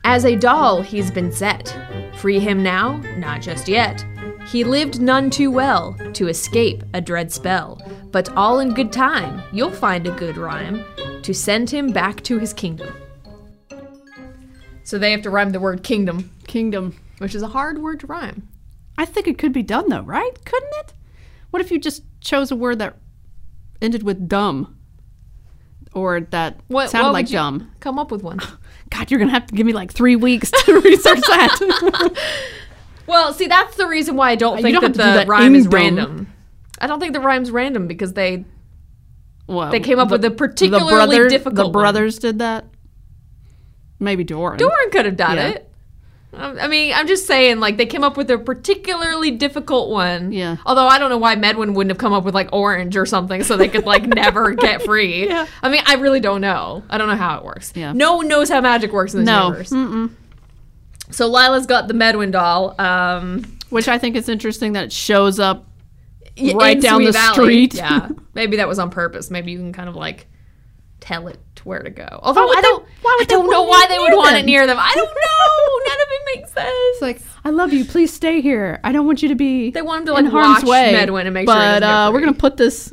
As a doll, he's been set. Free him now? Not just yet. He lived none too well to escape a dread spell, but all in good time, you'll find a good rhyme to send him back to his kingdom. So they have to rhyme the word kingdom, Kingdom. which is a hard word to rhyme. I think it could be done though, right? Couldn't it? What if you just chose a word that ended with dumb? Or that What- sounded what like would you- dumb. Come up with one. God, you're gonna have to give me like three weeks to research that. Well, see, that's the reason why I don't think don't that have the to do that rhyme is in-dom. random. I don't think the rhyme's random because they Well, They came up with a particularly difficult The one. brothers did that. Maybe Doran. Doran could have done Yeah. it. Um, I mean, I'm just saying, like, they came up with a particularly difficult one. Yeah. Although I don't know why Medwin wouldn't have come up with, like, orange or something so they could, like, never get free. Yeah. I mean, I really don't know. I don't know how it works. Yeah. No one knows how magic works in this No. Hmm. universe. So Lila's got the Medwin doll. Um, Which I think is interesting that it shows up. y- Right in down Sweet the Valley. street. Yeah. Maybe that was on purpose. Maybe you can kind of, like, tell it where to go. Although I I don't, don't- why I would they don't know want it why they would near want it them? near them. I don't know. None of it makes sense. It's like, I love you. Please stay here. I don't want you to be. They want him to, in like, harm's watch way, Medwin and make sure he But doesn't get uh, we're free. gonna put this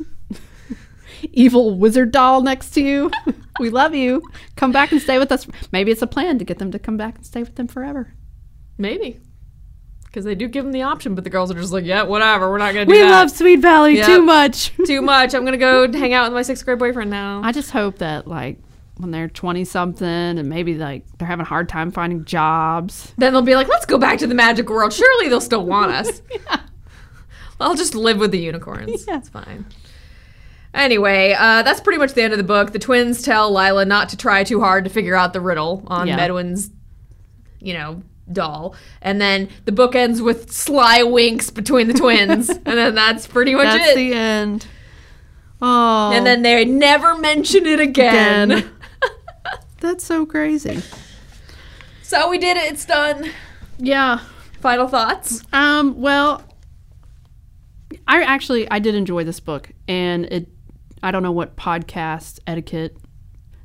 evil wizard doll next to you. we love you. Come back and stay with us. Maybe it's a plan to get them to come back and stay with them forever. Maybe. Because they do give them the option, but the girls are just like, yeah, whatever. We're not going to do We that. love Sweet Valley Yep. too much. too much. I'm going to go hang out with my sixth grade boyfriend now. I just hope that like when they're twenty something and maybe like they're having a hard time finding jobs. then they'll be like, let's go back to the magic world. Surely they'll still want us. I'll just live with the unicorns. Yeah. That's fine. Anyway, uh, that's pretty much the end of the book. The twins tell Lila not to try too hard to figure out the riddle on Yeah. Medwin's, you know, doll. And then the book ends with sly winks between the twins. and then that's pretty much That's it. the end. Oh, and then they never mention it again. Again. that's so crazy. so we did it. It's done. Yeah. Final thoughts. Um, well, I actually I did enjoy this book, and it I don't know what podcast etiquette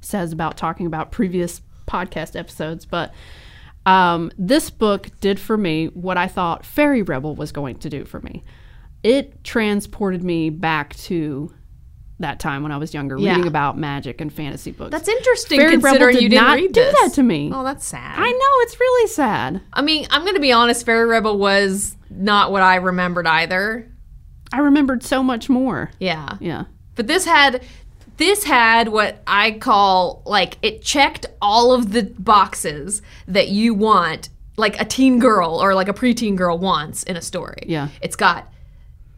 says about talking about previous podcast episodes, but um, this book did for me what I thought Fairy Rebel was going to do for me. It transported me back to that time when I was younger, Yeah. reading about magic and fantasy books. That's interesting Fairy Rebel considering did you didn't not read do this. that to me. Oh, that's sad. I know it's really sad. I mean, I'm going to be honest. Fairy Rebel was not what I remembered either. I remembered so much more. Yeah. Yeah. But this had this had what I call like it checked all of the boxes that you want like a teen girl or like a preteen girl wants in a story. Yeah. It's got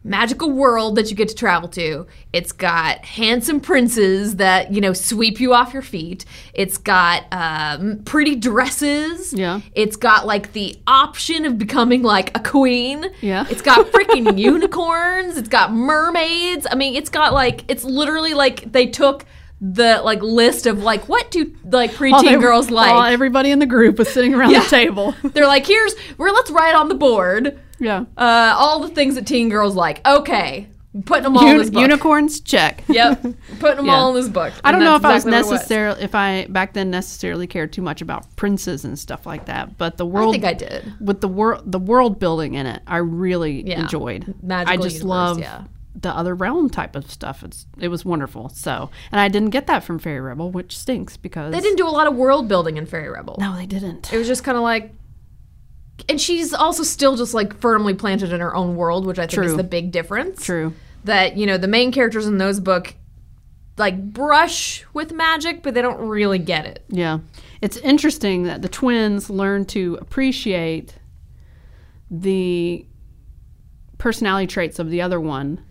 magical world that you get to travel to. It's got handsome princes that, you know, sweep you off your feet. It's got um, pretty dresses. Yeah. It's got like the option of becoming like a queen. Yeah. It's got freaking unicorns. It's got mermaids. I mean, it's got like it's literally like they took the like list of like what do like All preteen they- girls like. all- everybody in the group was sitting around Yeah. the table. They're like, here's we're let's write on the board Yeah. uh, all the things that teen girls like. Okay, putting them all in this book. unicorns check. Yep, putting them Yeah. all in this book. I don't And know if that's exactly I what was it necessarily if I back then necessarily cared too much about princes and stuff like that, but the I world think I did. with the world the world building in it, I really Yeah. enjoyed. Magical I just universe, love yeah. the other realm type of stuff. It's it was wonderful. So, and I didn't get that from Fairy Rebel, which stinks because They didn't do a lot of world building in Fairy Rebel. No, they didn't. It was just kind of like, and she's also still just like firmly planted in her own world, which I think is True. the big difference. True. That you know the main characters in those book, like brush with magic, but they don't really get it. Yeah. It's interesting that the twins learn to appreciate the personality traits of the other one,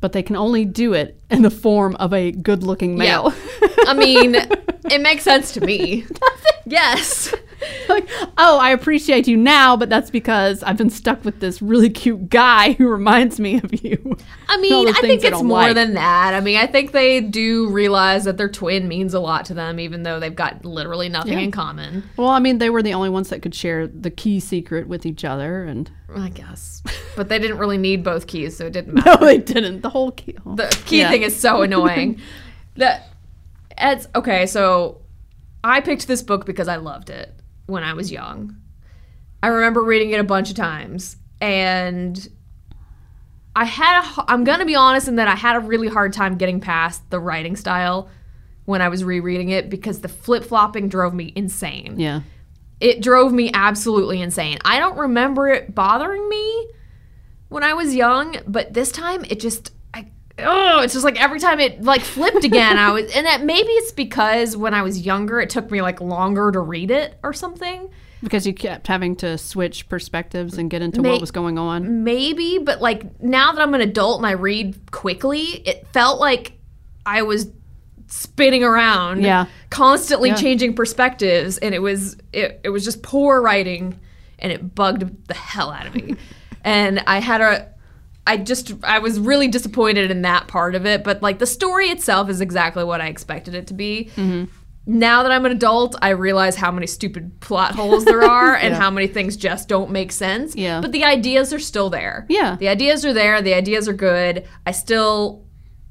but they can only do it in the form of a good looking male. I mean, it makes sense to me. yes. like, oh, I appreciate you now, but that's because I've been stuck with this really cute guy who reminds me of you. I And all mean, the I things think I it's don't more like. than that. I mean, I think they do realize that their twin means a lot to them, even though they've got literally nothing Yeah. in common. Well, I mean, they were the only ones that could share the key secret with each other, and I guess. But they didn't really need both keys, so it didn't matter. no, they didn't. The whole key. The key Yeah. thing is so annoying. that it's okay. So I picked this book because I loved it when I was young. I remember reading it a bunch of times, and I had. A, h- I'm gonna be honest in that I had a really hard time getting past the writing style when I was rereading it because the flip flopping drove me insane yeah. it drove me absolutely insane. I don't remember it bothering me when I was young, but this time it just I oh, it's just like every time it like flipped again, I was and that maybe it's because when I was younger it took me like longer to read it or something. Because you kept having to switch perspectives and get into May- what was going Mm-hmm. on. Maybe, but like now that I'm an adult and I read quickly, it felt like I was spinning around, Yeah. constantly Yeah. changing perspectives, and it was it, it was just poor writing, and it bugged the hell out of me, and I had a. I just I was really disappointed in that part of it, but like the story itself is exactly what I expected it to be. Mm-hmm. Now that I'm an adult, I realize how many stupid plot holes there are and Yeah. how many things just don't make sense. Yeah. But the ideas are still there. Yeah. The ideas are there. The ideas are good. I still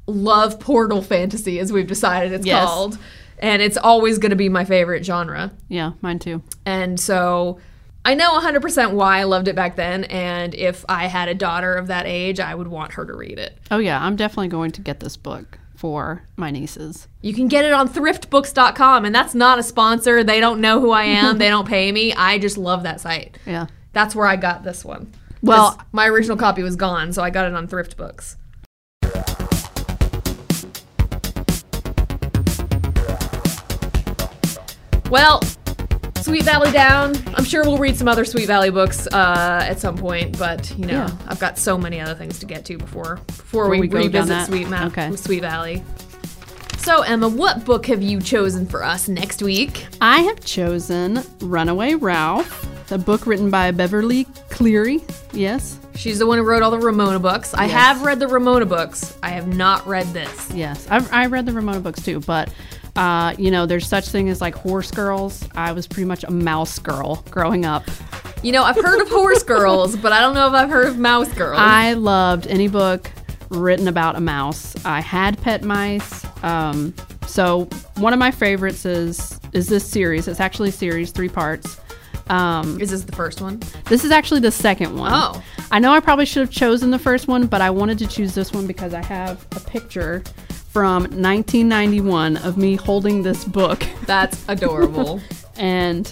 love portal fantasy, as we've decided it's Yes. called. and it's always going to be my favorite genre. Yeah, mine too. And so I know 100% why I loved it back then. And if I had a daughter of that age, I would want her to read it. Oh yeah, I'm definitely going to get this book for my nieces. You can get it on thriftbooks.com. And that's not a sponsor. They don't know who I am, they don't pay me. I just love that site. Yeah. That's where I got this one. 'Cause Well- my original copy was gone, so I got it on Thrift Books. Well, Sweet Valley Down. I'm sure we'll read some other Sweet Valley books uh, at some point, but you know, Yeah. I've got so many other things to get to before before we, we go down revisit that- Sweet, Ma- okay. Sweet Valley. So, Emma, what book have you chosen for us next week? I have chosen Runaway Ralph, the book written by Beverly Cleary. Yes. She's the one who wrote all the Ramona books. I Yes. have read the Ramona books. I have not read this. Yes, I've, I read the Ramona books too, but uh, you know, there's such thing as like horse girls. I was pretty much a mouse girl growing up. You know, I've heard of Horse Girls, but I don't know if I've heard of Mouse Girls. I loved any book written about a mouse. I had pet mice. Um, so one of my favorites is is this series. It's actually a series, three parts. Um, Is this the first one? this is actually the second one. Oh. I know I probably should have chosen the first one, but I wanted to choose this one because I have a picture from 1991 of me holding this book. That's adorable. and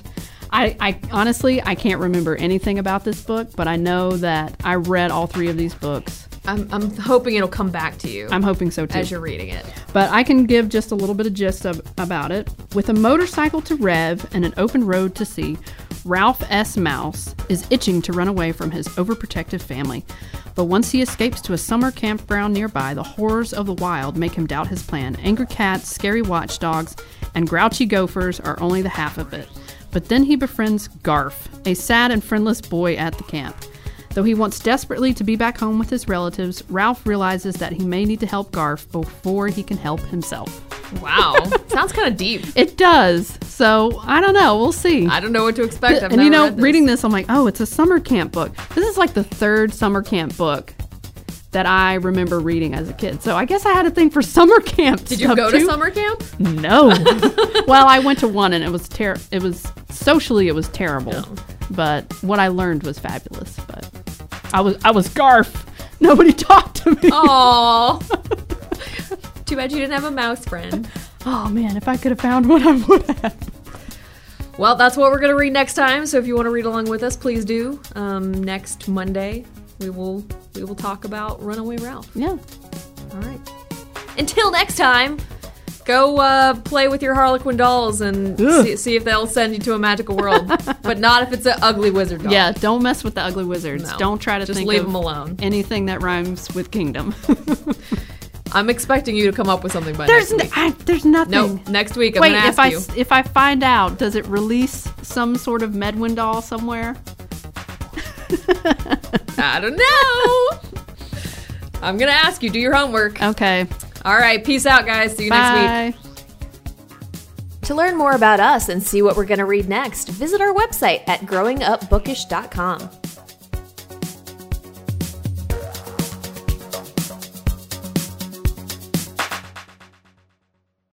I, I honestly I can't remember anything about this book, but I know that I read all three of these books. I'm, I'm hoping it'll come back to you I'm hoping so too. as you're reading it. But I can give just a little bit of gist of, about it. With a motorcycle to rev and an open road to see, Ralph S. Mouse is itching to run away from his overprotective family. But once he escapes to a summer campground nearby, the horrors of the wild make him doubt his plan. Angry cats, scary watchdogs, and grouchy gophers are only the half of it. But then he befriends Garf, a sad and friendless boy at the camp. Though he wants desperately to be back home with his relatives, Ralph realizes that he may need to help Garf before he can help himself. Wow. Sounds kind of deep. It does. So I don't know. We'll see. I don't know what to expect. I've and you never know, read this. reading this, I'm like, oh, it's a summer camp book. This is like the third summer camp book that I remember reading as a kid. So I guess I had a thing for summer camp. Did you go to summer camp? No. well, I went to one and it was ter- It was socially, it was terrible. But what I learned was fabulous. But I was I was Garf. Nobody talked to me. Oh. Too bad you didn't have a mouse friend. Oh man, if I could have found one, I would have. Well, that's what we're going to read next time. So if you want to read along with us, please do. Um, next Monday, we will we will talk about Runaway Ralph. Yeah. All right. Until next time, go uh, play with your Harlequin dolls and Ugh. see, see if they'll send you to a magical world. but not if it's an ugly wizard doll. Yeah. Don't mess with the ugly wizards. No. Don't try to Just think leave of them alone. anything that rhymes with kingdom. I'm expecting you to come up with something by there's next n- week. I, there's nothing. No, next week I'm Wait, going to ask if I you. s- if I find out, does it release some sort of Medwin doll somewhere? I don't know. I'm going to ask you. Do your homework. Okay. All right. Peace out, guys. See you next week. Uh, Bye. To learn more about us and see what we're going to read next, visit our website at growingupbookish.com.